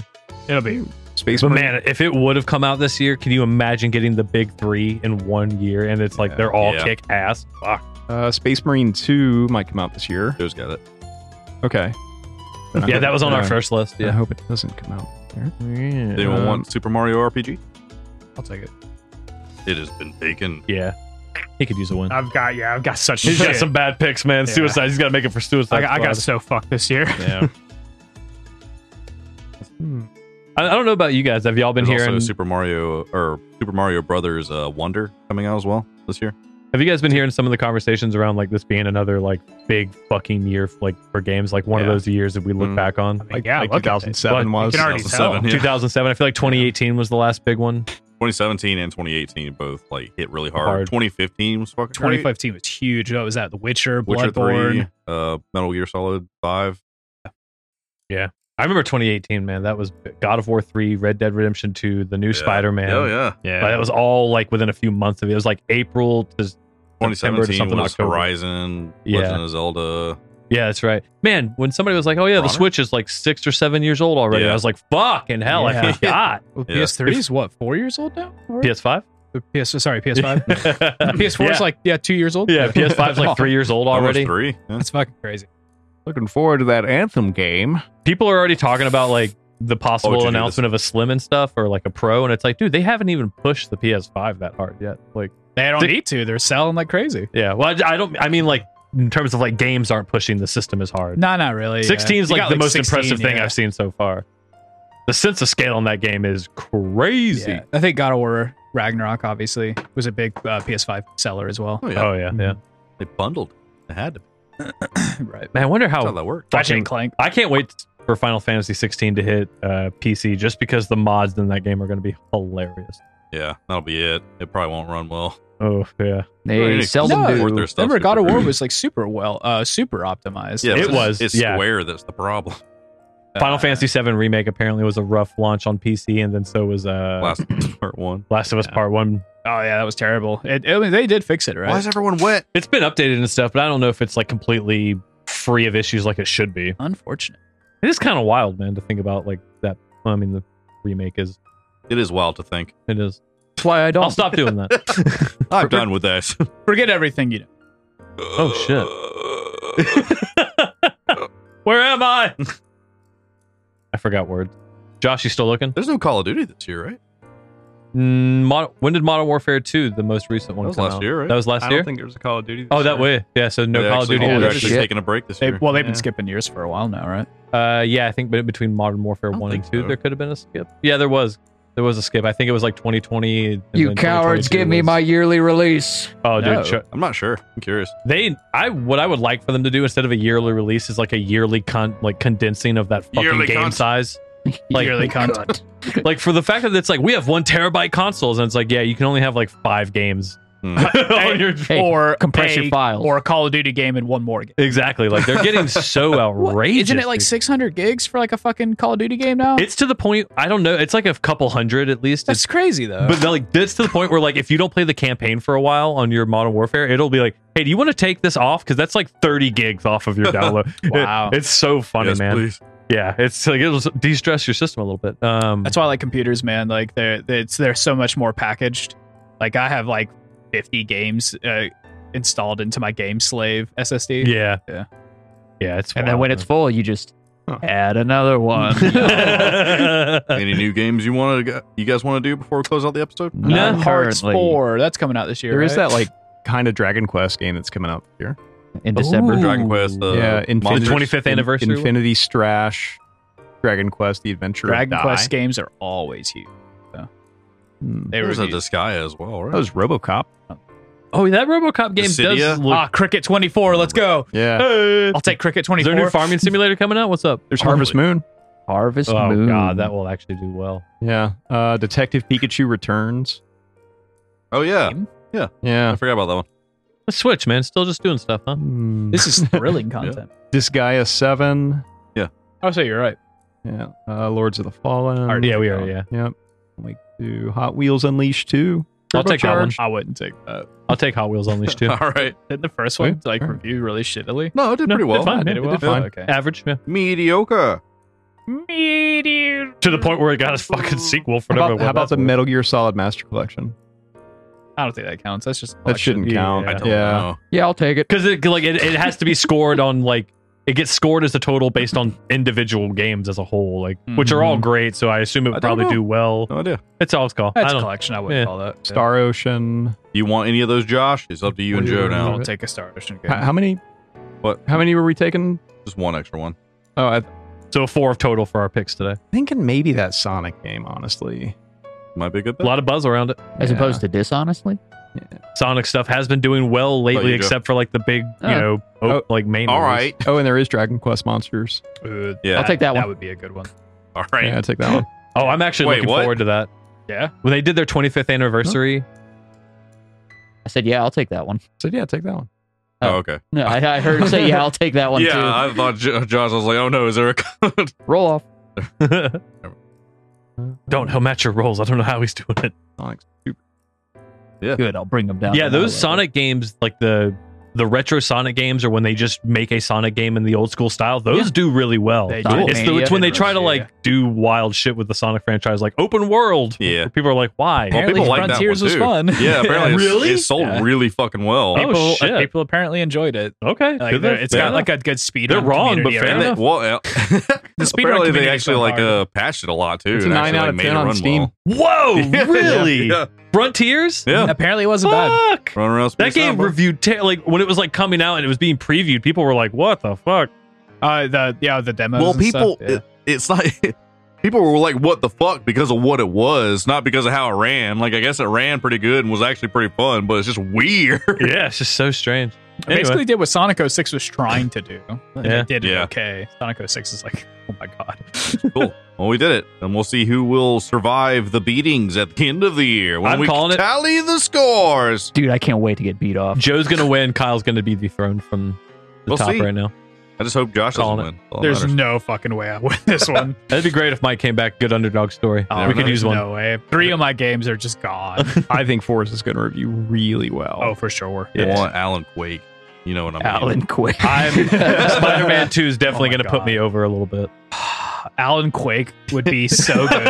S5: It'll be
S3: Space
S1: But
S3: Marine?
S1: man, if it would have come out this year, can you imagine getting the big three in one year? And it's like they're all
S2: Yeah.
S1: kick ass. Fuck.
S3: Uh, Space Marine 2 might come out this year.
S2: Joe's got it.
S3: Okay. Then I
S1: Yeah,
S3: hope-
S1: that was on our
S3: uh,
S1: first list.
S3: I
S1: Yeah.
S3: hope it doesn't come out.
S2: Does anyone
S3: Um,
S2: want Super Mario RPG?
S3: I'll take it.
S2: It has been taken.
S1: Yeah. He could use a win.
S5: I've got yeah, I've got such
S1: He's got
S5: Uh, shit.
S1: some bad picks, man.
S5: Yeah.
S1: Suicide. He's got to make it for suicide.
S5: I, got- I got
S1: Squad.
S5: so fucked this year.
S1: Yeah. Hmm. I, I don't know about you guys. Have y'all been
S2: There's
S1: hearing?
S2: also Super Mario or Super Mario Brothers uh, Wonder coming out as well this year.
S1: have you guys been hearing some of the conversations around like this being another like big fucking year like for games? Like one of
S3: Yeah.
S1: those years that we look
S2: Mm.
S1: back on.
S5: Like, yeah,
S3: like
S5: look at this.
S3: 2007
S5: You
S3: was.
S5: can already tell.
S2: 2007, yeah.
S1: 2007. I feel like 2018 was the last big one.
S2: 2017 and 2018 both like hit really hard.
S1: Hard.
S2: 2015 was fucking great.
S5: 2015 was huge. What was that? The Witcher,
S2: Witcher
S5: Bloodborne.
S2: three, uh, Metal Gear Solid five.
S1: I remember 2018, man. That was God of War 3, Red Dead Redemption 2, the new
S2: Yeah.
S1: Spider Man.
S2: Oh yeah,
S1: Like, that was all like within a few months of it. It was like April to September to
S2: 2017
S1: something
S2: was
S1: October.
S2: Horizon,
S1: Yeah.
S2: Legend of Zelda.
S1: Yeah, that's right. Man, when somebody was like, "Oh yeah, the
S2: Runner?
S1: Switch is like six or seven years old already,"
S2: Yeah.
S1: I was like, "Fucking hell, I
S5: Yeah.
S1: forgot."
S5: Well,
S2: Yeah.
S5: PS3 is what four years old now? uh,
S1: PS5,
S5: The PS sorry, PS5. PS4
S1: yeah.
S5: is like yeah, two years old.
S1: yeah, PS5 is like three years old
S2: Almost
S1: already.
S2: three. Yeah.
S5: That's fucking crazy.
S3: Looking forward to that Anthem game.
S1: People are already talking about like the
S2: Why would
S1: possible
S2: you do
S1: announcement of a Slim and stuff, or like a Pro, and it's like, dude, they haven't even pushed the PS5 that hard yet. Like,
S5: They don't
S1: Did-
S5: need to. They're selling like crazy.
S1: yeah, well, I, I don't. I mean, like in terms of like games aren't pushing the system as hard.
S5: No, not really.
S1: 16 is
S5: You
S1: like
S5: got,
S1: the most
S5: 16,
S1: impressive thing
S5: yeah.
S1: I've seen so far. The sense of scale in that game is crazy.
S5: Yeah. I think God of War Ragnarok obviously was a big uh, PS5 seller as well.
S2: Oh yeah,
S1: Oh yeah,
S5: Mm-hmm.
S1: yeah.
S2: they bundled. They had to.
S5: right.
S1: Man, I wonder
S2: That's
S1: how
S2: how that worked.
S5: Ratchet
S1: fucking
S5: and Clank.
S1: I can't wait for Final Fantasy 16 to hit uh, PC just because the mods in that game are going to be hilarious.
S2: Yeah, that'll be it. It probably won't run well.
S1: Oh yeah,
S6: they
S2: Really?
S6: seldom
S5: No.
S2: Worth
S6: do.
S2: their stuff.
S5: Remember, God of
S2: super-
S5: War was like super well, uh, super optimized.
S2: Yeah,
S1: It
S2: it's-
S1: was,
S2: It's
S1: yeah.
S2: Square that's the problem.
S1: Final
S5: Uh,
S1: Fantasy 7 remake apparently was a rough launch on PC, and then so was uh, Last,
S2: Last part one.
S1: of Us Part One.
S5: Oh yeah, that was terrible. It, I mean, they did fix it, right?
S2: Why is everyone wet?
S1: It's been updated and stuff, but I don't know if it's like completely free of issues like it should be.
S5: Unfortunate.
S1: It is kind of wild, man, to think about like that. I mean, the remake is
S2: It is wild to think.
S1: it is.
S6: That's why I
S1: I'll
S6: don't.
S1: stop doing that.
S2: I'm done with this.
S5: Forget everything you know.
S2: oh shit.
S1: Where am I? I forgot words. Josh, you still looking?
S2: There's no Call of Duty this year, right?
S1: Mm, Mod- when did Modern Warfare 2, the most recent one,
S2: That was
S1: come
S2: last
S1: out?
S2: year, right?
S1: That was last
S3: I
S1: year.
S3: don't think there was a Call of Duty.
S1: oh, that way. Yeah, so no
S2: They
S1: Call of
S2: actually-
S1: Duty.
S2: They're
S6: Holy
S2: actually
S6: shit.
S2: taking a break this
S5: They,
S2: year.
S5: well, they've been
S3: Yeah.
S5: skipping years for a while now, right?
S1: Uh, yeah, I think be- between Modern Warfare
S2: don't
S1: 1 and
S2: think
S1: 2,
S2: so.
S1: there could have been a skip. Yeah, there was. There was a skip. I think it was like 2020. and
S6: You
S1: then
S6: cowards,
S1: 2022
S6: give me
S1: was-
S6: my yearly release.
S1: Oh, dude.
S5: No.
S1: Ch-
S2: I'm not sure. I'm curious.
S1: they, I, what I would like for them to do instead of a yearly release is like a yearly con, like condensing of that fucking
S2: Yearly
S1: game
S2: cons-
S1: size. Like-
S5: Yearly content.
S1: Like for the fact that it's like, we have one terabyte consoles and it's like, yeah, you can only have like five games
S2: Hmm.
S1: on your
S6: Hey,
S5: or
S6: compress
S5: a,
S6: your files.
S5: or a Call of Duty game in one more game.
S1: Exactly. Like they're getting so outrageous.
S5: Isn't it like
S1: dude.
S5: 600 gigs for like a fucking Call of Duty game now?
S1: It's to the point. I don't know. It's like a couple hundred at least.
S5: That's
S1: It's,
S5: crazy though.
S1: but like that's to the point where like if you don't play the campaign for a while on your Modern Warfare, it'll be like, hey, do you want to take this off? Because that's like thirty gigs off of your download.
S5: Wow.
S1: It- it's so funny,
S2: yes,
S1: man.
S2: please.
S1: Yeah, it's like it'll s- de-stress your system a little bit. Um,
S5: That's why I like computers, man. Like they're they're- it's they're so much more packaged. Like I have like 50 games uh, installed into my Game Slave SSD.
S1: yeah,
S5: Yeah.
S1: yeah. It's
S6: And then
S1: wild,
S6: when it's full, you just Add another one.
S2: Any new games you want to you guys want to do before we close out the episode?
S6: None
S5: Hearts
S6: currently.
S5: Four. That's coming out this year.
S3: There
S5: right?
S3: is that like kind of Dragon Quest game that's coming out here.
S6: in December.
S5: Ooh.
S2: Dragon Quest. Uh,
S3: yeah,
S2: Monsters.
S1: The 25th anniversary
S3: Infinity Strash, Dragon Quest: The Adventure. of
S5: Dragon
S3: Dai.
S5: Quest games are always huge. though.
S3: Hmm.
S5: They were
S2: There's a
S5: huge.
S2: Disgaea as well,
S3: That
S2: right?
S3: was RoboCop.
S1: Oh, that RoboCop game
S2: Dissidia?
S1: does look.
S5: ah Cricket Twenty Four. Let's go.
S3: Yeah,
S1: Hey.
S5: I'll take Cricket Twenty
S1: Is there
S5: Four.
S1: a new farming simulator coming out? What's up?
S3: Oh, there's Harvest Moon.
S6: Harvest
S1: Oh
S6: Moon.
S1: god, that will actually do well.
S3: Yeah, uh, Detective Pikachu returns.
S2: Oh yeah, I
S3: Yeah,
S2: forgot about that one.
S1: Let's switch, man. Still just doing stuff, huh?
S3: Hmm.
S5: this is thrilling content.
S3: Disgaea Seven.
S5: I'll say you're right.
S3: Yeah, uh, Lords of the Fallen. Oh,
S1: Alright, yeah, we are, yeah.
S3: Yep. Like to Hot Wheels Unleashed Two.
S1: I'll take that one.
S5: I wouldn't take that.
S1: I'll take Hot Wheels Unleashed too.
S2: All right.
S5: Did the first
S3: Okay.
S5: one like
S3: All right.
S5: review really shittily?
S2: No, it did
S1: No,
S2: pretty
S1: did
S2: well.
S1: fine, man.
S2: It
S1: It
S2: did
S1: did
S2: fine.
S5: Okay.
S1: Average, yeah.
S2: Mediocre.
S5: Meteor.
S1: To the point where it got a fucking sequel for
S3: How
S1: whatever.
S3: about, how about the Metal Gear Solid Master Collection?
S5: I don't think that counts. That's just
S3: That shouldn't
S1: yeah.
S3: count.
S1: Oh, I
S2: I don't
S3: yeah.
S2: know.
S6: Yeah, I'll take it.
S1: Because it like it, it has to be scored on like it gets scored as a total based on individual games as a whole, like which are all great. So Mm-hmm. I assume it
S2: I
S1: would
S2: don't
S1: probably
S2: know.
S1: do well.
S2: No idea.
S1: It's all it's called. I
S5: That's a
S1: don't.
S5: collection. I wouldn't
S1: yeah.
S5: call that.
S3: Star Ocean.
S2: Do you want any of those, Josh? It's up to you and Joe now.
S5: I'll take a Star Ocean
S3: H-
S5: game.
S3: How many?
S2: What?
S3: How many were we taking?
S2: Just one extra one.
S3: Oh, I
S1: So four total for our picks today.
S3: thinking maybe that Sonic game. Honestly,
S2: Might be a good
S1: A
S2: bet.
S1: lot of buzz around it.
S6: As
S3: Yeah.
S6: opposed to dishonestly.
S1: Sonic stuff has been doing well
S2: Oh, you
S1: lately,
S2: go.
S1: except for like the big, you
S6: Oh.
S1: know, op- like main.
S2: All
S1: release.
S2: right.
S3: Oh, and there is Dragon Quest Monsters.
S5: Uh,
S2: Yeah.
S6: I'll take that one.
S5: would be a good one.
S2: All right.
S3: Yeah, I take that one.
S1: Oh, I'm actually
S2: Wait,
S1: looking
S2: what?
S1: forward to that.
S5: Yeah.
S1: When they did their 25th anniversary,
S6: I said, yeah, I'll take that one.
S3: So yeah, take that one.
S2: Oh, okay.
S6: No, I, I heard him say, yeah, I'll take that one
S2: yeah,
S6: too.
S2: I thought Jo- Josh. I was like, oh no, is there a code?
S6: Roll off.
S1: don't he'll match your rolls. I don't know how he's doing it.
S3: Sonic's
S6: Good, I'll bring them down.
S1: yeah,
S6: to another
S1: those
S6: level.
S1: Sonic games, like the the retro Sonic games, or when they just make a Sonic game in the old school style, those do really well.
S5: They
S6: Cool.
S1: It's, the,
S6: Mania.
S1: it's when they try to
S5: Yeah.
S1: like do wild shit with the Sonic franchise, like open world.
S2: Yeah.
S1: Where people are like, why?
S2: Well,
S5: Apparently
S2: people like that
S5: Frontiers
S2: one,
S5: was
S2: too.
S5: fun.
S2: Yeah, apparently it's-
S1: Really?
S2: it sold
S5: Yeah.
S2: really fucking well.
S1: Oh,
S5: People, uh,
S1: shit.
S5: people apparently enjoyed it.
S1: okay,
S5: Like,
S1: good.
S5: it's
S1: Fair
S5: got
S1: enough.
S5: like a good speed.
S1: They're wrong, but fair
S2: And
S1: enough.
S2: they, well, uh, apparently
S5: The speedrun
S2: they
S5: community is
S2: actually
S5: so
S2: like
S5: hard.
S2: uh, patched it a lot too.
S3: It's a
S2: and
S3: 9
S2: actually,
S3: out
S2: like,
S3: of
S2: made
S3: 10
S2: it
S3: on
S2: run
S3: Steam.
S2: well.
S1: whoa,
S2: Yeah,
S1: Oh, really?
S2: Yeah.
S1: Frontiers?
S2: yeah.
S5: Apparently, it wasn't
S1: Ah.
S5: bad.
S1: Fuck.
S2: Run around.
S1: That
S2: Space
S1: game
S2: Outlaw.
S1: reviewed ter- like when it was like coming out and it was being previewed. People were like, "What the fuck?"
S5: Uh, the yeah, the demos.
S2: well,
S5: and stuff,
S2: people,
S5: yeah.
S2: it, it's not. People were like, "What the fuck?" Because of what it was, not because of how it ran. Like, I guess it ran pretty good and was actually pretty fun, but it's just weird.
S1: Yeah, it's just so strange.
S5: I basically did what Sonic 06 was trying to do. And
S1: Yeah.
S5: they did it
S2: Yeah.
S5: okay. Sonic 06 is like, oh my god.
S2: cool. Well, we did it, and we'll see who will survive the beatings at the end of the year when
S1: I'm
S2: we
S1: calling it.
S2: tally the scores.
S6: Dude, I can't wait to get beat off.
S1: Joe's gonna win. Kyle's gonna be dethroned from the
S2: We'll
S1: top
S2: see.
S1: right now.
S2: I just hope Josh doesn't
S1: Calling it.
S2: win. That's all that
S5: There's
S2: matters.
S5: no fucking way I win this one.
S1: That'd be great if Mike came back. Good underdog story.
S5: Oh,
S1: we could
S5: there's
S1: use one.
S5: No way. Three of my games are just gone.
S3: I think Forza is going to review really well.
S5: oh, for sure.
S2: They want Alan Quake. You know what I'm
S6: Alan Quick.
S1: I'm Spider-Man Two is definitely
S5: Oh my
S1: gonna put
S5: God.
S1: me over a little bit.
S5: Alan Quake would be so good.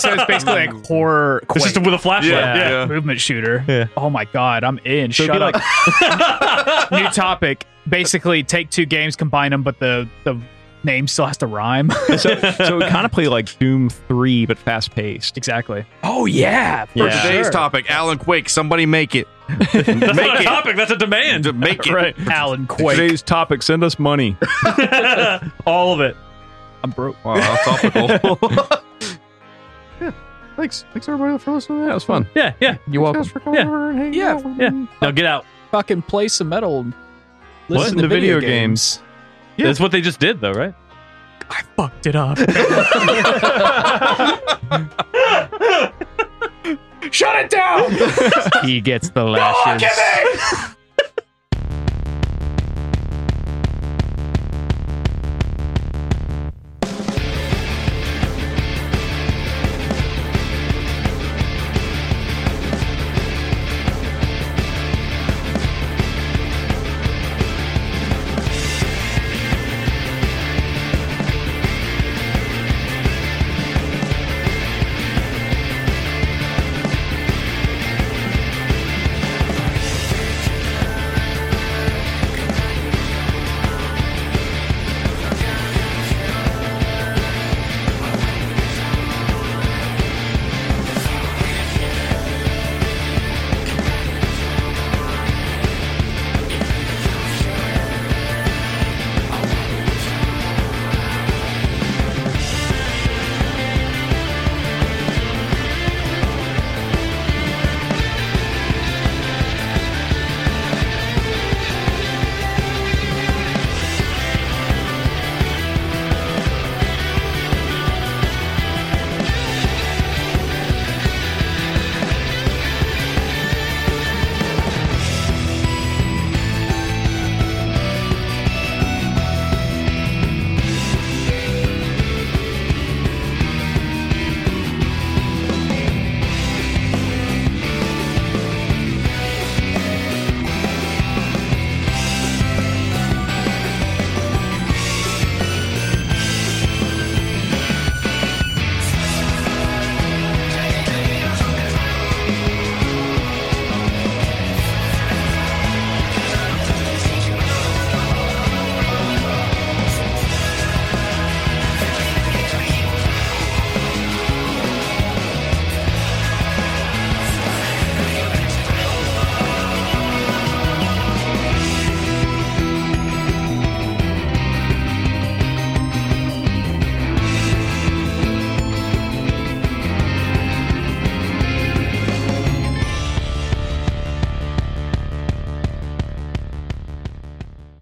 S5: so it's basically like horror. Quake.
S1: It's just with a flashlight.
S5: yeah,
S2: Yeah. Yeah.
S5: movement shooter.
S1: Yeah.
S5: Oh my god, I'm in.
S1: So it'd
S5: Shut
S1: be
S5: up. New topic. Basically, take two games, combine them, but the the name still has to rhyme.
S3: so, so we kind of play like Doom Three, but fast paced.
S5: exactly. Oh yeah.
S2: For today's topic, Alan Quake, somebody make it. make
S1: That's not a
S2: it.
S1: topic. That's a demand.
S2: To make it.
S3: Right.
S5: Alan Quake.
S3: Today's topic: send us money.
S1: All of it.
S5: I'm broke.
S2: Wow, that's topical.
S3: Thanks, thanks everybody for listening. That was fun.
S1: Yeah, yeah.
S6: You're welcome.
S3: for coming
S1: Yeah.
S3: over and hanging
S5: Yeah.
S3: out with
S1: Yeah.
S3: me.
S1: Now get out.
S5: Fucking play some metal. and
S3: Listen to video games. Yeah.
S1: That's what they just did, though, right?
S5: I fucked it up. Shut it down.
S6: He gets the lashes.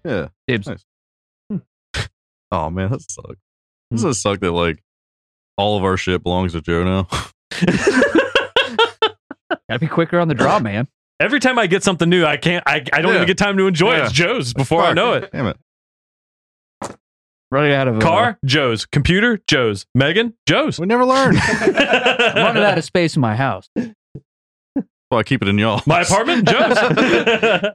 S2: Yeah.
S6: Dibs.
S2: Nice. Oh man, that sucks. Doesn't it suck that like all of our shit belongs to Joe now?
S6: Gotta be quicker on the draw, man.
S1: Every time I get something new, I can't. I, I don't
S2: Yeah.
S1: even get time to enjoy it.
S2: Yeah.
S1: It's Joe's before I
S2: Fuck.
S1: know it.
S2: Damn it.
S6: Running out of uh,
S1: Car Joe's, computer Joe's, Megan Joe's.
S2: We never learn. That's
S6: I'm running out of space in my house.
S2: why I keep it in y'all.
S1: My apartment Joe's.